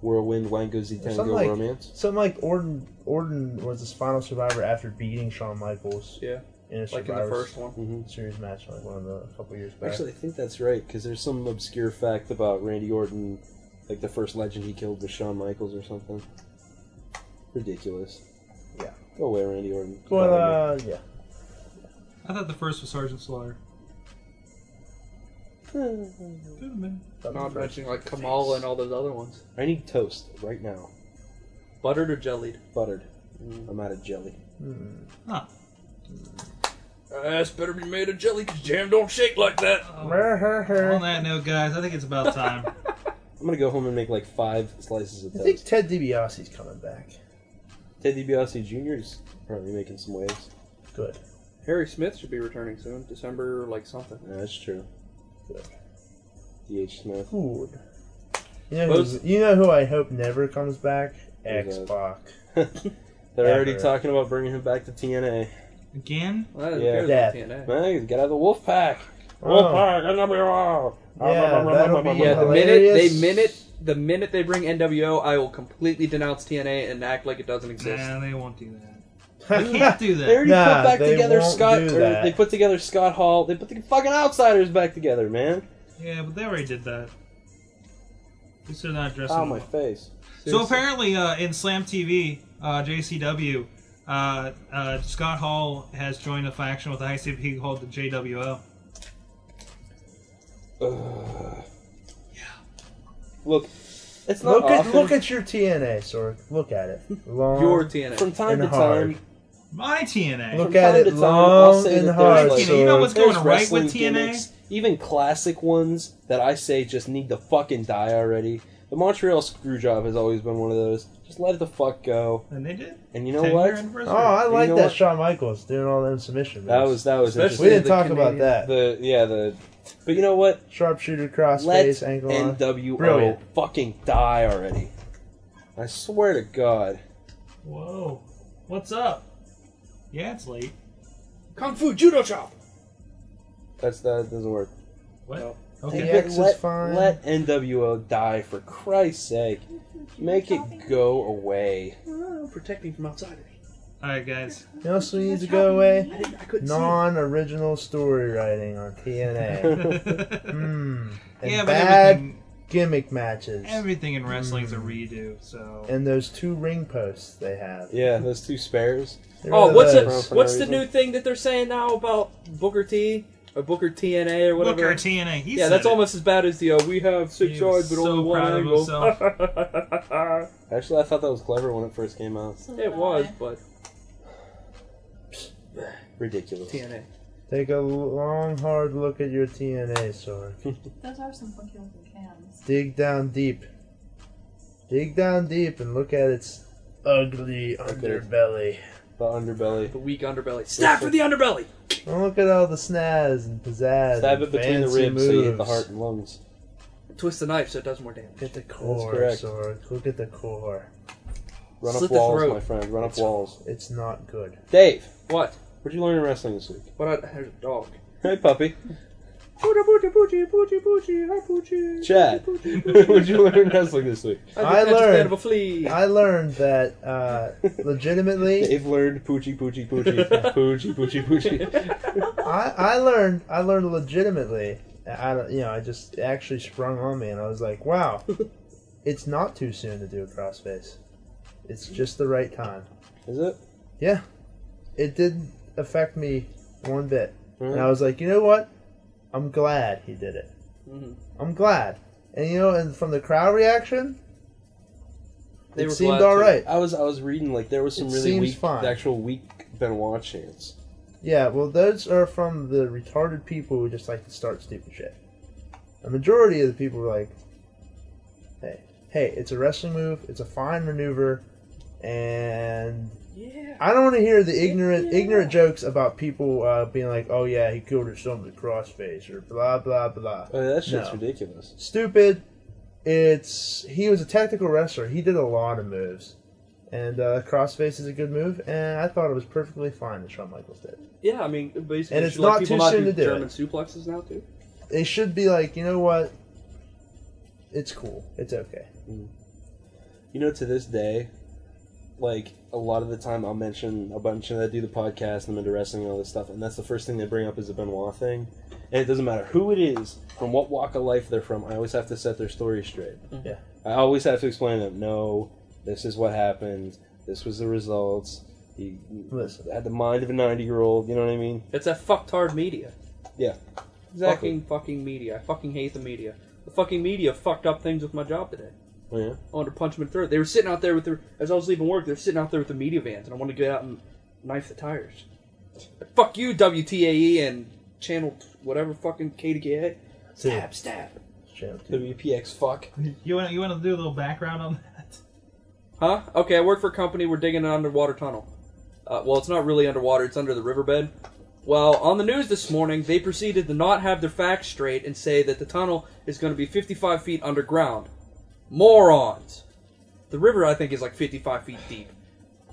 D: whirlwind Wango
F: Or
D: Zitango
F: Something like,
D: romance.
F: something like Orton. Orton was the final survivor after beating Shawn Michaels.
E: Yeah, Like in
F: in a
E: the
F: survivor
E: first one.
D: Mm-hmm.
F: series match, like one of the a couple years back.
D: Actually, I think that's right because there's some obscure fact about Randy Orton, like the first legend he killed was Shawn Michaels or something. Ridiculous.
F: Yeah.
D: Go away, Randy Orton.
F: Well, uh, yeah.
C: I thought the first was Sergeant Slaughter.
E: Not mentioning like Kamala and all those other ones.
D: I need toast right now.
E: Buttered or jellied?
D: Buttered.
F: Mm.
D: I'm out of jelly.
E: Uh, this better be made of jelly because jam don't shake like that.
C: On that note, guys, I think it's about time.
F: <laughs>
D: I'm gonna go home and make like five slices of
F: I
D: toast.
F: think Ted DiBiase's coming back.
D: Ted DiBiase Jr. is probably making some waves.
F: Good.
E: Harry Smith should be returning soon, December like something.
D: Yeah, that's true. D.H. Smith.
F: Good. You know, who's- you know who I hope never comes back? X
D: Who's that?
F: Pac.
D: They're already
F: Ever.
D: talking about bringing him back to TNA.
C: Again?
D: Yeah.
F: Death.
D: Man, he's got out of the Wolf Pack.
F: Oh.
D: Wolf
F: <laughs>
D: Pack, NWO.
F: Yeah, that'll be
E: Yeah, the minute
F: hilarious.
E: they minute the minute they bring NWO, I will completely denounce TNA and act like it doesn't exist.
C: Nah, they won't do that. They can't do that.
D: They already
E: Nah,
D: put back
E: they
D: together
E: won't
D: Scott.
E: do
D: or
E: that.
D: they put together Scott Hall. They put the fucking Outsiders back together, man.
C: Yeah, but they already did that. We should not dress
D: Ow,
C: them
D: my
C: up.
D: face.
C: So apparently, uh, in Slam TV, uh, JCW, uh, uh, Scott Hall has joined a faction with ICP called the JWO.
D: Look, it's not
F: Look at
D: often.
F: look at your TNA, Sorg. Look at it. Long
D: From time
F: and
D: to
F: hard.
D: time,
C: My TNA.
F: Look
D: from
F: at
D: time
F: it
D: to time, I'll
F: long
D: say
F: and
D: that
F: hard.
D: there's, like,
F: Sorg.
C: You know what's going
D: there's
C: right with
D: wrestling
C: TNA?
D: gimmicks, even classic ones that I say just need to fucking die already. The Montreal Screwjob has always been one of those. Just let it the fuck go.
C: And they did.
D: And you know
C: 10 year
D: what?
C: anniversary.
F: Oh, I
D: You
F: like
D: know
F: that
D: what?
F: Shawn Michaels doing all them submission moves.
D: That was that was
F: Especially
D: interesting.
F: We didn't the talk about Canadian- that.
D: The yeah the, but you know what?
F: sharpshooter cross
D: Let
F: face angle. on.
D: NWO
F: Brilliant.
D: fucking die already. I swear to God.
C: Whoa. What's up? Yeah, it's late.
E: Kung Fu Judo Chop.
D: That's that doesn't work.
C: What?
D: Let-
F: DX is
D: let,
F: fine.
D: let NWO die for Christ's sake. Make it go away.
E: Oh, protect me from outsiders.
C: Alright,
F: <laughs>
C: guys. <laughs>
F: You know, what else we need to go away.
E: I couldn't see it.
F: Non-original story writing on TNA. Hmm. And
C: Yeah, but
F: bad
C: everything-
F: gimmick matches.
C: Everything in wrestling's a redo, so.
F: and those two ring posts they have.
D: Yeah, those two spares.
F: They
E: Oh,
F: were
E: what's
F: those.
E: it? What's the new thing that they're saying now about Booker T or Booker TNA or whatever?
C: Booker TNA, he
E: yeah,
C: said
E: that's
C: it.
E: almost as bad as the uh, we have six
C: He
E: yards
C: was
E: but
C: so
E: only one
C: proud of
E: angle.
C: himself.
D: Actually, I thought that was clever when it first came out.
E: <laughs> it was, but
D: Ridiculous.
E: TNA.
F: Take a long, hard look at your TNA, Sorg.
M: Those are some funky looking cans.
F: Dig down deep. Dig down deep and look at its ugly underbelly.
D: The underbelly.
E: The weak underbelly. Snap for the underbelly.
F: And look at all the snaz and pizzazz.
D: Stab
F: and
D: it between the
F: fancy
D: ribs so you hit the
F: moves.
D: heart and lungs.
E: Twist the knife so it does more damage.
F: Get the
E: core.
F: Core, Sora. Go get the core.
D: Run up walls, my friend. Run up walls.
F: It's not good.
D: Dave,
E: what?
D: What'd you learn in wrestling this week?
E: What? I, there's a dog.
D: Hey, puppy.
E: Booty, booty, booty, booty, booty, hi, booty.
D: Chad, <laughs> what'd you learn in wrestling this week?
F: I learned. I learned that
D: <laughs>
F: uh, legitimately,
D: Dave learned poochie, poochie, poochie, <laughs> poochie, poochie, poochie.
F: I, I learned. I learned legitimately. I don't. You know, I just it actually sprung on me, and I was
D: <laughs>
F: like, "Wow, it's not too soon to do a crossface. It's just the right time."
D: Is it?
F: Yeah. It didn't affect me one bit, and
D: Really?
F: I was like, "You know what? I'm glad he did it.
D: Mm-hmm.
F: I'm glad." And you know, and from the crowd reaction,
D: They
F: it
D: were
F: seemed
D: glad
F: all
D: to.
F: right.
D: I was I was reading like there was some
F: It
D: really
F: seems
D: weak
F: fine.
D: actual weak Benoit chants.
F: Yeah, well, those are from the retarded people who just like to start stupid shit. The majority of the people are like, "Hey, hey, it's a wrestling move. It's a fine maneuver," and I don't want to hear the ignorant ignorant jokes about people uh, being like, "Oh yeah, he killed her son with a crossface," or blah blah blah.
D: Oh, that shit's
F: No.
D: ridiculous.
F: Stupid. It's he was a technical wrestler. He did a lot of moves, and uh, crossface is a good move. And I thought it was perfectly fine that Shawn Michaels did.
E: Yeah, I mean, basically,
F: And it's
E: should let
F: not
E: people
F: too soon
E: do
F: to do
E: German suplexes now too.
F: It should be like, you know what? It's cool. It's okay.
D: You know, to this day, like a lot of the time, I'll mention a bunch of that do the podcast and I'm into wrestling and all this stuff, and that's the first thing they bring up is the Benoit thing, and it doesn't matter who it is, from what walk of life they're from. I always have to set their story straight.
F: Yeah.
D: I always have to explain to them. No, this is what happened. This was the results. He had the mind of a ninety-year-old. You know what I mean?
E: It's that fucktard media.
D: Yeah. Exactly.
E: Fucking fucking media. I fucking hate the media. The fucking media fucked up things with my job today.
D: Oh, yeah.
E: I wanted to punch them in the throat. They were sitting out there with their as I was leaving work. They're sitting out there with the media vans, and I wanted to get out and knife the tires. But fuck you, WTAE E and channel t- whatever fucking KDKA. Stab, stab.
D: WPX fuck. <laughs>
C: You want you want to do a little background on that?
E: Huh? Okay, I work for a company. We're digging an underwater tunnel. Uh, well, it's not really underwater, it's under the riverbed. Well, on the news this morning, they proceeded to not have their facts straight and say that the tunnel is going to be 55 feet underground. Morons! The river, I think, is like 55 feet deep,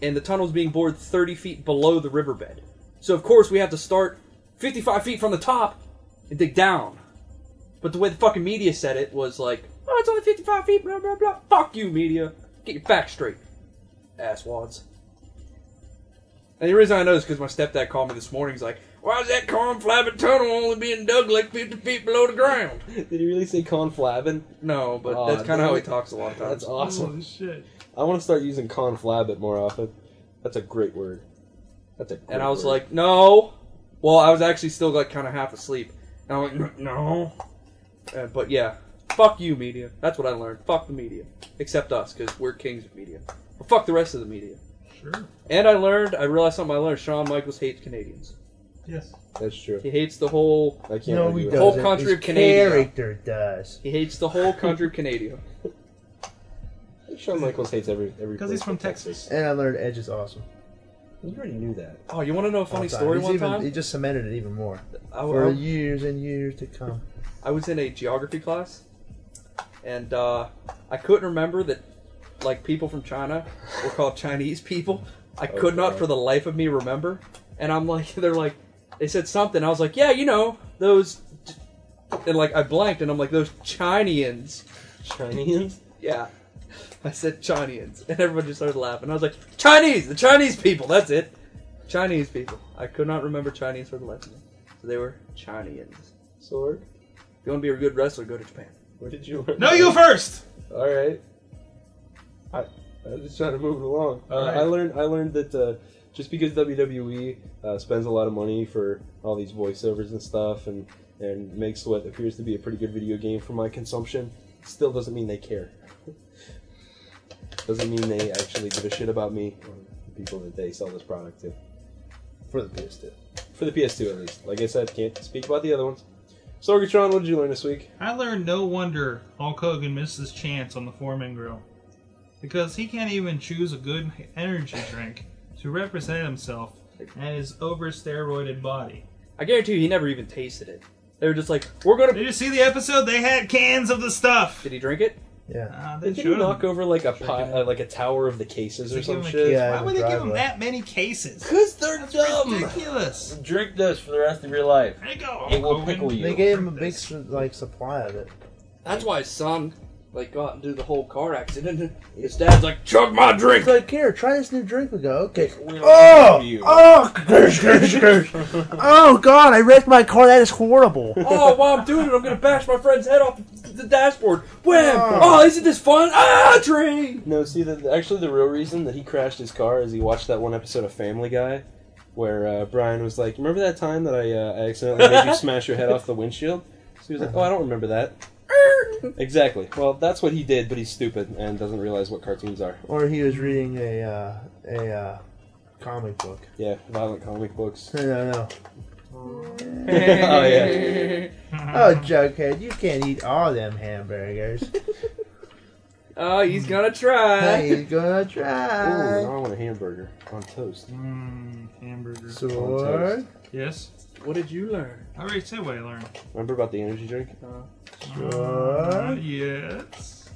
E: and the tunnel's being bored 30 feet below the riverbed. So, of course, we have to start 55 feet from the top and dig down. But the way the fucking media said it was like, oh, it's only 55 feet, blah, blah, blah. Fuck you, media. Get your facts straight, asswads. And the reason I know is because my stepdad called me this morning. He's like, why is that cornflabbing tunnel only being dug like 50 feet below the ground?
D: Did he really say conflabbing?
E: No, but that's kind of how he talks a lot of times.
D: That's <laughs> awesome.
C: Holy shit.
D: I want to start using conflabbit more often. That's a great word. That's a. Great
E: And I was
D: word.
E: like, no. Well, I was actually still like kind of half asleep. And I'm like, no. Uh, but yeah, fuck you, media. That's what I learned. Fuck the media, except us, because we're kings of media. But fuck the rest of the media.
C: Sure.
E: And I learned, I realized something I learned. Shawn Michaels hates Canadians.
C: Yes.
D: That's true.
E: He hates the whole,
D: I can't
F: No,
D: argue
F: he
D: with
F: doesn't.
E: whole country
F: His
E: of Canada.
F: character does.
E: He hates the whole country of Canada.
D: that. Shawn Michaels hates every every.
F: Because he's
D: from
C: Texas.
F: And I learned Edge is awesome.
D: You already knew that.
E: Oh, you want to know a funny
F: All time.
E: story?
F: He's
E: One
F: even-
E: time, Oh,
F: He just cemented it even more.
E: I-
F: For
E: I-
F: years and years to come.
E: I was in a geography class, and uh, I couldn't remember that like people from China were called <laughs> Chinese people. I
L: Oh,
E: could not
L: God.
E: for the life of me remember. And I'm like, <laughs> they're like, they said something. I was like, yeah, you know those, and like I blanked, and I'm like those Chineans.
D: Chineans.
E: <laughs> yeah. I said Chineans, and everyone just started laughing. I was like, Chinese, the Chinese people. That's it, Chinese people. I could not remember Chinese for the life of me. So they were Chineans.
D: Sword.
E: If you want to be a good wrestler, go to Japan.
D: Where did you learn?
C: No, you first.
D: All right. I I'm just trying to move it along. Uh,
C: All right.
D: I learned I learned that uh, just because WWE uh, spends a lot of money for all these voiceovers and stuff, and and makes what appears to be a pretty good video game for my consumption, still doesn't mean they care. doesn't mean they actually give a shit about me or the people that they sell this product to.
F: For the PS2.
D: For the PS2 at least. Like I said, can't speak about the other ones. Sorgatron, what did you learn this week?
C: I learned no wonder Hulk Hogan missed his chance on the Foreman Grill because he can't even choose a good energy drink to represent himself and his over steroided body.
E: I guarantee you, he never even tasted it. They were just like, we're gonna.
C: Did you see the episode? They had cans of the stuff.
E: <laughs>
C: Uh,
E: Did he drink it? Ah,
F: Yeah.
C: they
D: Did
C: showed
D: you knock over like a pi- uh, like a tower of the cases or
C: They give
D: some
C: him a
D: shit?
C: case. Why would they give him that many cases?
D: Because they're
E: Um,
D: dumb.
C: Ridiculous.
D: Drink this for the rest of your life.
C: There you go.
D: It will pickle you.
F: They gave him a big like supply of it.
E: That's why his son like got into the whole car accident. <laughs> His dad's like, chug my drink.
F: It's like, here, try this new drink. We go, okay.
E: We don't
F: Oh,
E: give you-
F: oh, gersh,
E: <laughs>
F: gersh, gersh. oh, God, I wrecked my car. That is horrible.
E: oh, while I'm doing it, I'm gonna bash my friend's head off the- the dashboard. Wham! Oh, isn't this fun? Ah, train!
D: No, see, the, actually, the real reason that he crashed his car is he watched that one episode of Family Guy, where uh, Brian was like, "Remember that time that I uh, accidentally made you <laughs> smash your head off the windshield?" So he was like, "Oh, I don't remember <laughs> that." exactly. Well, that's what he did, but he's stupid and doesn't realize what cartoons are.
F: Or he was reading a uh, a uh, comic book.
D: Yeah, violent comic books.
F: No, no, no.
D: <laughs> oh yeah.
F: Oh, Jughead, you can't eat all them hamburgers.
E: Oh, he's gonna try.
F: He's gonna
D: Ooh,
F: try.
D: now I want a hamburger on toast.
C: Mm, hamburger.
F: Sword.
C: Yes.
E: What did you learn?
C: I already said what I learned.
D: Remember about the energy drink?
C: Uh,
F: Sword.
C: yes.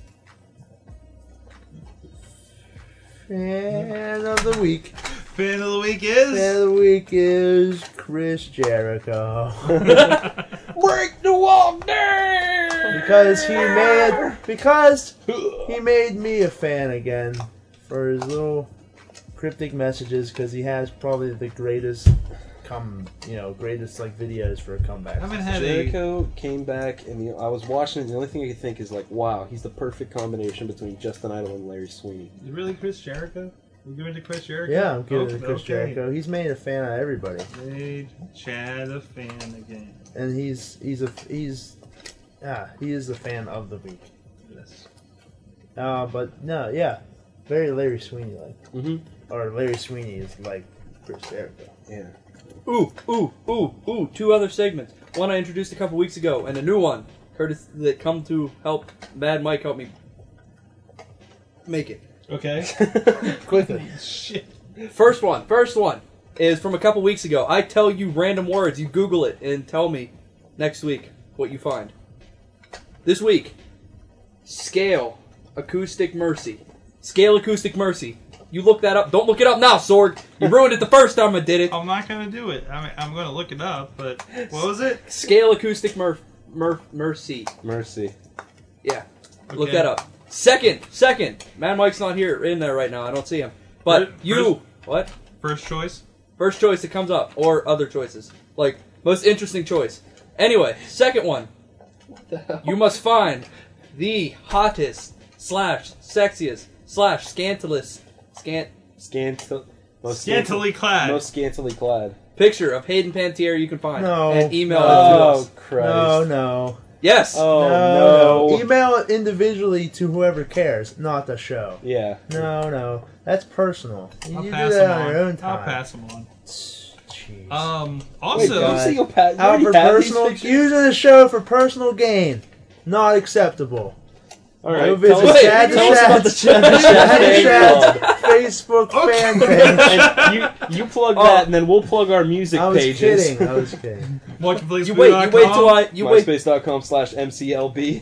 F: Fan of the week.
C: Fan of the week is.
F: Fan of the week is Chris Jericho.
D: Break the wall down.
F: because he made because he made me a fan again for his little cryptic messages because he has probably the greatest come you know greatest like videos for a comeback.
C: I haven't had a.
D: Jericho came back, and the, I was watching it. And the only thing I could think is like, wow, he's the perfect combination between Justin Idol and Larry Sweeney.
C: You really Chris Jericho? You giving it to Chris Jericho?
F: Yeah, I'm giving it to
C: Okay,
F: Chris
C: okay.
F: Jericho. He's made a fan out of everybody,
C: Made Chad a fan again.
F: and he's he's a he's ah he is the fan of the week.
C: Yes.
F: Uh, but no, yeah, very Larry Sweeney like,
D: Mm-hmm.
F: or Larry Sweeney is like Chris Jericho.
D: Yeah.
E: Ooh, ooh, ooh, ooh. Two other segments. One I introduced a couple weeks ago, and a new one. Curtis that come to help Mad Mike help me make it.
C: Okay.
F: Quickly.
C: Shit.
E: First one, first one is from a couple weeks ago. I tell you random words, you Google it, and tell me next week what you find. This week, scale acoustic mercy. Scale acoustic mercy. You look that up. Don't look it up now, Sorg. You ruined it the first time I did
C: <laughs>
E: it.
C: I'm not gonna do it. I mean, I'm gonna look it up, but what was it?
E: Scale acoustic mer- mer- mercy.
D: Mercy.
E: Yeah. Look
C: Okay.
E: that up. Second, second. Man Mike's not here in there right now. I don't see him. But
C: First-
E: you what?
C: First choice.
E: First choice that comes up, or other choices. Like most interesting choice. Anyway, second one. You must find the hottest slash sexiest slash scantalous scant
D: Scantil- most
C: Scantily clad.
D: Most scantily clad.
E: picture of Hayden Pantier you can find
F: No.
E: and email it to
D: Oh
E: us.
D: Christ.
F: No, no.
E: Yes.
D: Oh
F: no,
D: no.
F: no. Email it individually to whoever cares, not the show.
D: Yeah.
F: No, no. That's personal. You
C: I'll
F: do
C: pass
F: that
C: them
F: on
C: on.
F: your own
C: I'll
F: time.
C: pass them on.
F: Jeez.
C: Um.
D: Wait,
C: Also,
D: you say you'll pa- you
F: Out
D: already
F: for
D: have these
F: personal,
D: pictures?
F: using the show for personal gain, not acceptable.
D: All
F: Go
D: right.
F: visit
D: Tell us,
F: Chad
D: tell us about the Chad
F: Chad-
D: Chad fan
F: Chad
D: club.
F: Facebook fan page.
D: <laughs> And you, you plug that, and then we'll plug our music
F: Oh.
D: <laughs>
F: I was
D: pages.
F: kidding. I was kidding.
E: You wait, you wait till I you wait
D: MySpace.com slash MCLB.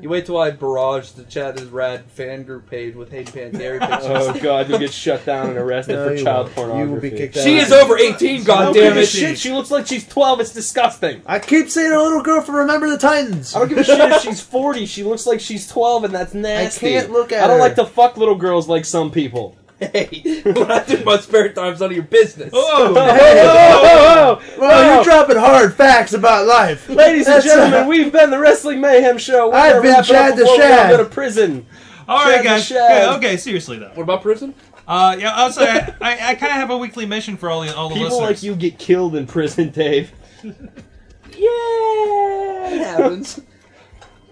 E: you wait till I barrage the chat is rad fan group page with Hayden Pantier pictures.
D: Oh god, you'll get shut down and arrested
F: No,
D: for
F: you
D: child
F: won't.
D: pornography.
F: You will be kicked out.
E: She is over 18,
D: I don't
E: goddammit.
D: give a shit. She looks like she's 12. It's disgusting.
F: I keep saying a little girl from Remember the Titans.
D: I don't give a shit if she's 40. She looks like she's 12, and that's nasty.
F: can't look at
D: I don't
F: her.
D: like to fuck little girls like some people.
E: Hey, <laughs> what I do in my spare time's none of your business.
C: Oh,
F: <laughs> Hey,
D: Oh, oh,
F: well, you're dropping hard facts
D: <laughs>
F: about life,
D: Ladies and
F: That's, uh,
D: gentlemen, we've been the Wrestling Mayhem Show. We're gonna
F: I've been
D: wrap it up
F: Chad the
D: before we all
F: Shad.
D: Go to prison.
C: all right,
D: Chad the
C: guys.
D: Shad.
C: Okay, okay, seriously though.
E: What about prison?
C: Uh, yeah. Also, I, I, I kind of have a weekly mission for all the all the
D: People
C: listeners.
D: like you get killed in prison, Dave.
E: Yeah, it happens.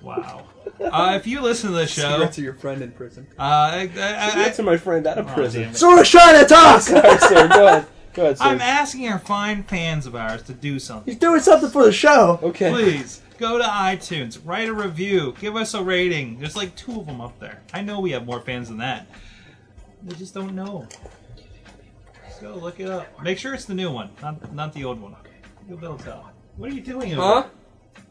C: Wow. Uh, if you listen to
D: <laughs>
C: the show, uh,
E: Cigarettes are your friend in prison.
C: I, I, I,
D: Answer my friend out of
N: Oh,
D: prison.
C: damn
F: So we're trying to talk.
D: Sorry, sir. Go ahead. Go ahead, sir.
C: I'm asking our fine fans of ours to do something.
F: He's doing something for the show.
D: okay.
C: Please go to iTunes, write a review, give us a rating. There's like two of them up there. I know we have more fans than that. They just don't know. Just go look it up. Make sure it's the new one, not not the old one. You'll be able to tell. What are you doing? over
E: Huh?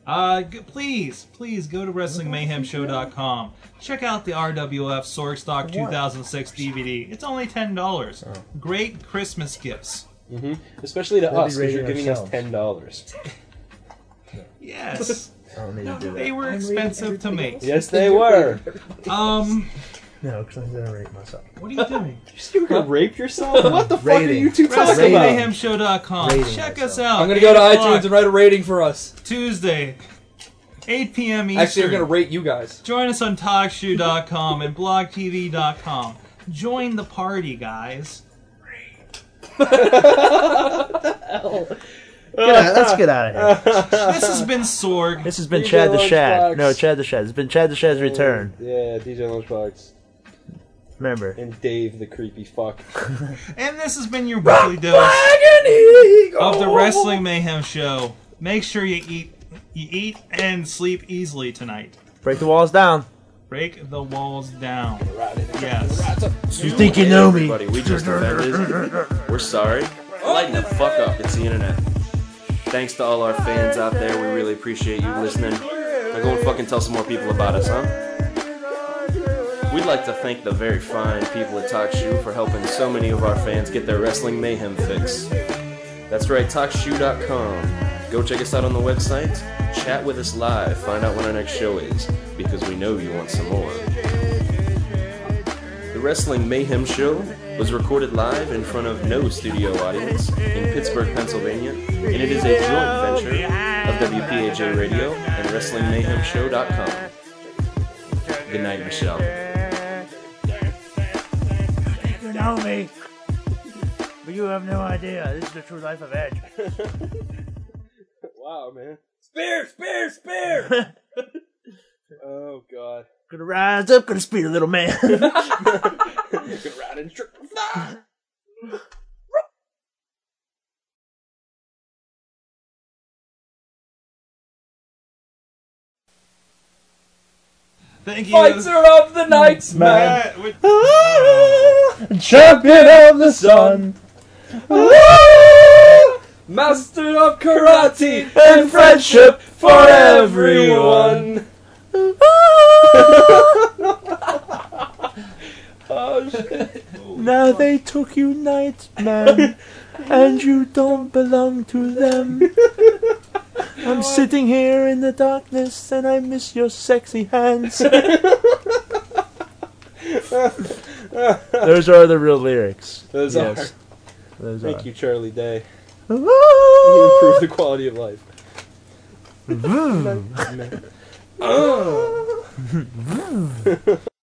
C: Uh, g- please, please go to WrestlingMayhemShow.com. Check out the RWF Source Doc 2006 DVD. It's only ten dollars. Great Christmas gifts.
N: Mm-hmm. Especially to
C: They'll be
N: us, because you're
C: rating
N: giving us
C: ourselves.
N: ten
F: <laughs>
N: dollars.
C: <laughs> Yes.
O: I don't need to do
C: They
O: that.
C: were expensive to make.
N: Yes, they were.
C: Um,
O: No, because I'm gonna rate myself.
C: What are you doing?
N: You were gonna rape yourself? What the fuck are
O: Rating.
N: you two talking about?
C: WrestlingMayhemShow.com.
N: Rating
C: Check us out.
E: I'm gonna go
C: 8
E: to iTunes and write a rating for us.
C: Tuesday, 8 p.m. Eastern.
E: Actually, I'm gonna rate you guys.
C: Join us on TalkShoe.com and BlogTV.com. Join the party, guys.
F: Get out- let's get out
D: Uh,
F: of here.
C: this has been Sorg.
F: This has been Chad the Shad. No, Chad the Shad. It's been Chad the Shad's return.
N: Yeah, DJ Lunchbox
F: Remember.
N: and Dave the creepy fuck.
C: And this has been your weekly dose of the Wrestling Mayhem Show. Make sure you eat, you eat and sleep easily tonight.
F: Break the walls down.
C: Break the walls down. Yes.
F: You think you know me?
D: Everybody, we just offended. We're sorry. Lighten the fuck up. It's the internet. Thanks to all our fans out there. We really appreciate you listening. Now go and fucking tell some more people about us, huh? We'd like to thank the very fine people at TalkShoe for helping so many of our fans get their wrestling mayhem fix. That's right, TalkShoe.com. Go check us out on the website. Chat with us live. Find out when our next show is, because we know you want some more. The Wrestling Mayhem Show was recorded live in front of no studio audience in Pittsburgh, Pennsylvania, and it is a joint venture of WPAJ Radio and WrestlingMayhemShow.com. Good night, Michelle.
F: You know me. But you have no idea. This is the true life of Edge.
N: wow, man.
E: Spear, spear, <laughs> spear!
N: oh god.
F: Gonna rise up, gonna speed a little man.
N: Good ride and trip.
C: Thank you.
E: Fights are of the night's man.
O: Champion of
F: <laughs>
O: the sun.
E: Master of karate
O: and friendship
E: for everyone.
N: Oh shit.
F: now they took you night, <laughs> man, and you don't belong to <laughs> them. I'm sitting here in the darkness and I miss your sexy hands. <laughs> Those are the real lyrics.
N: Those
F: yes.
N: are.
F: Those
N: Thank
F: are.
N: you, Charlie Day. <laughs> You
F: You
N: improve the quality of life.
F: Vroom.
N: Oh.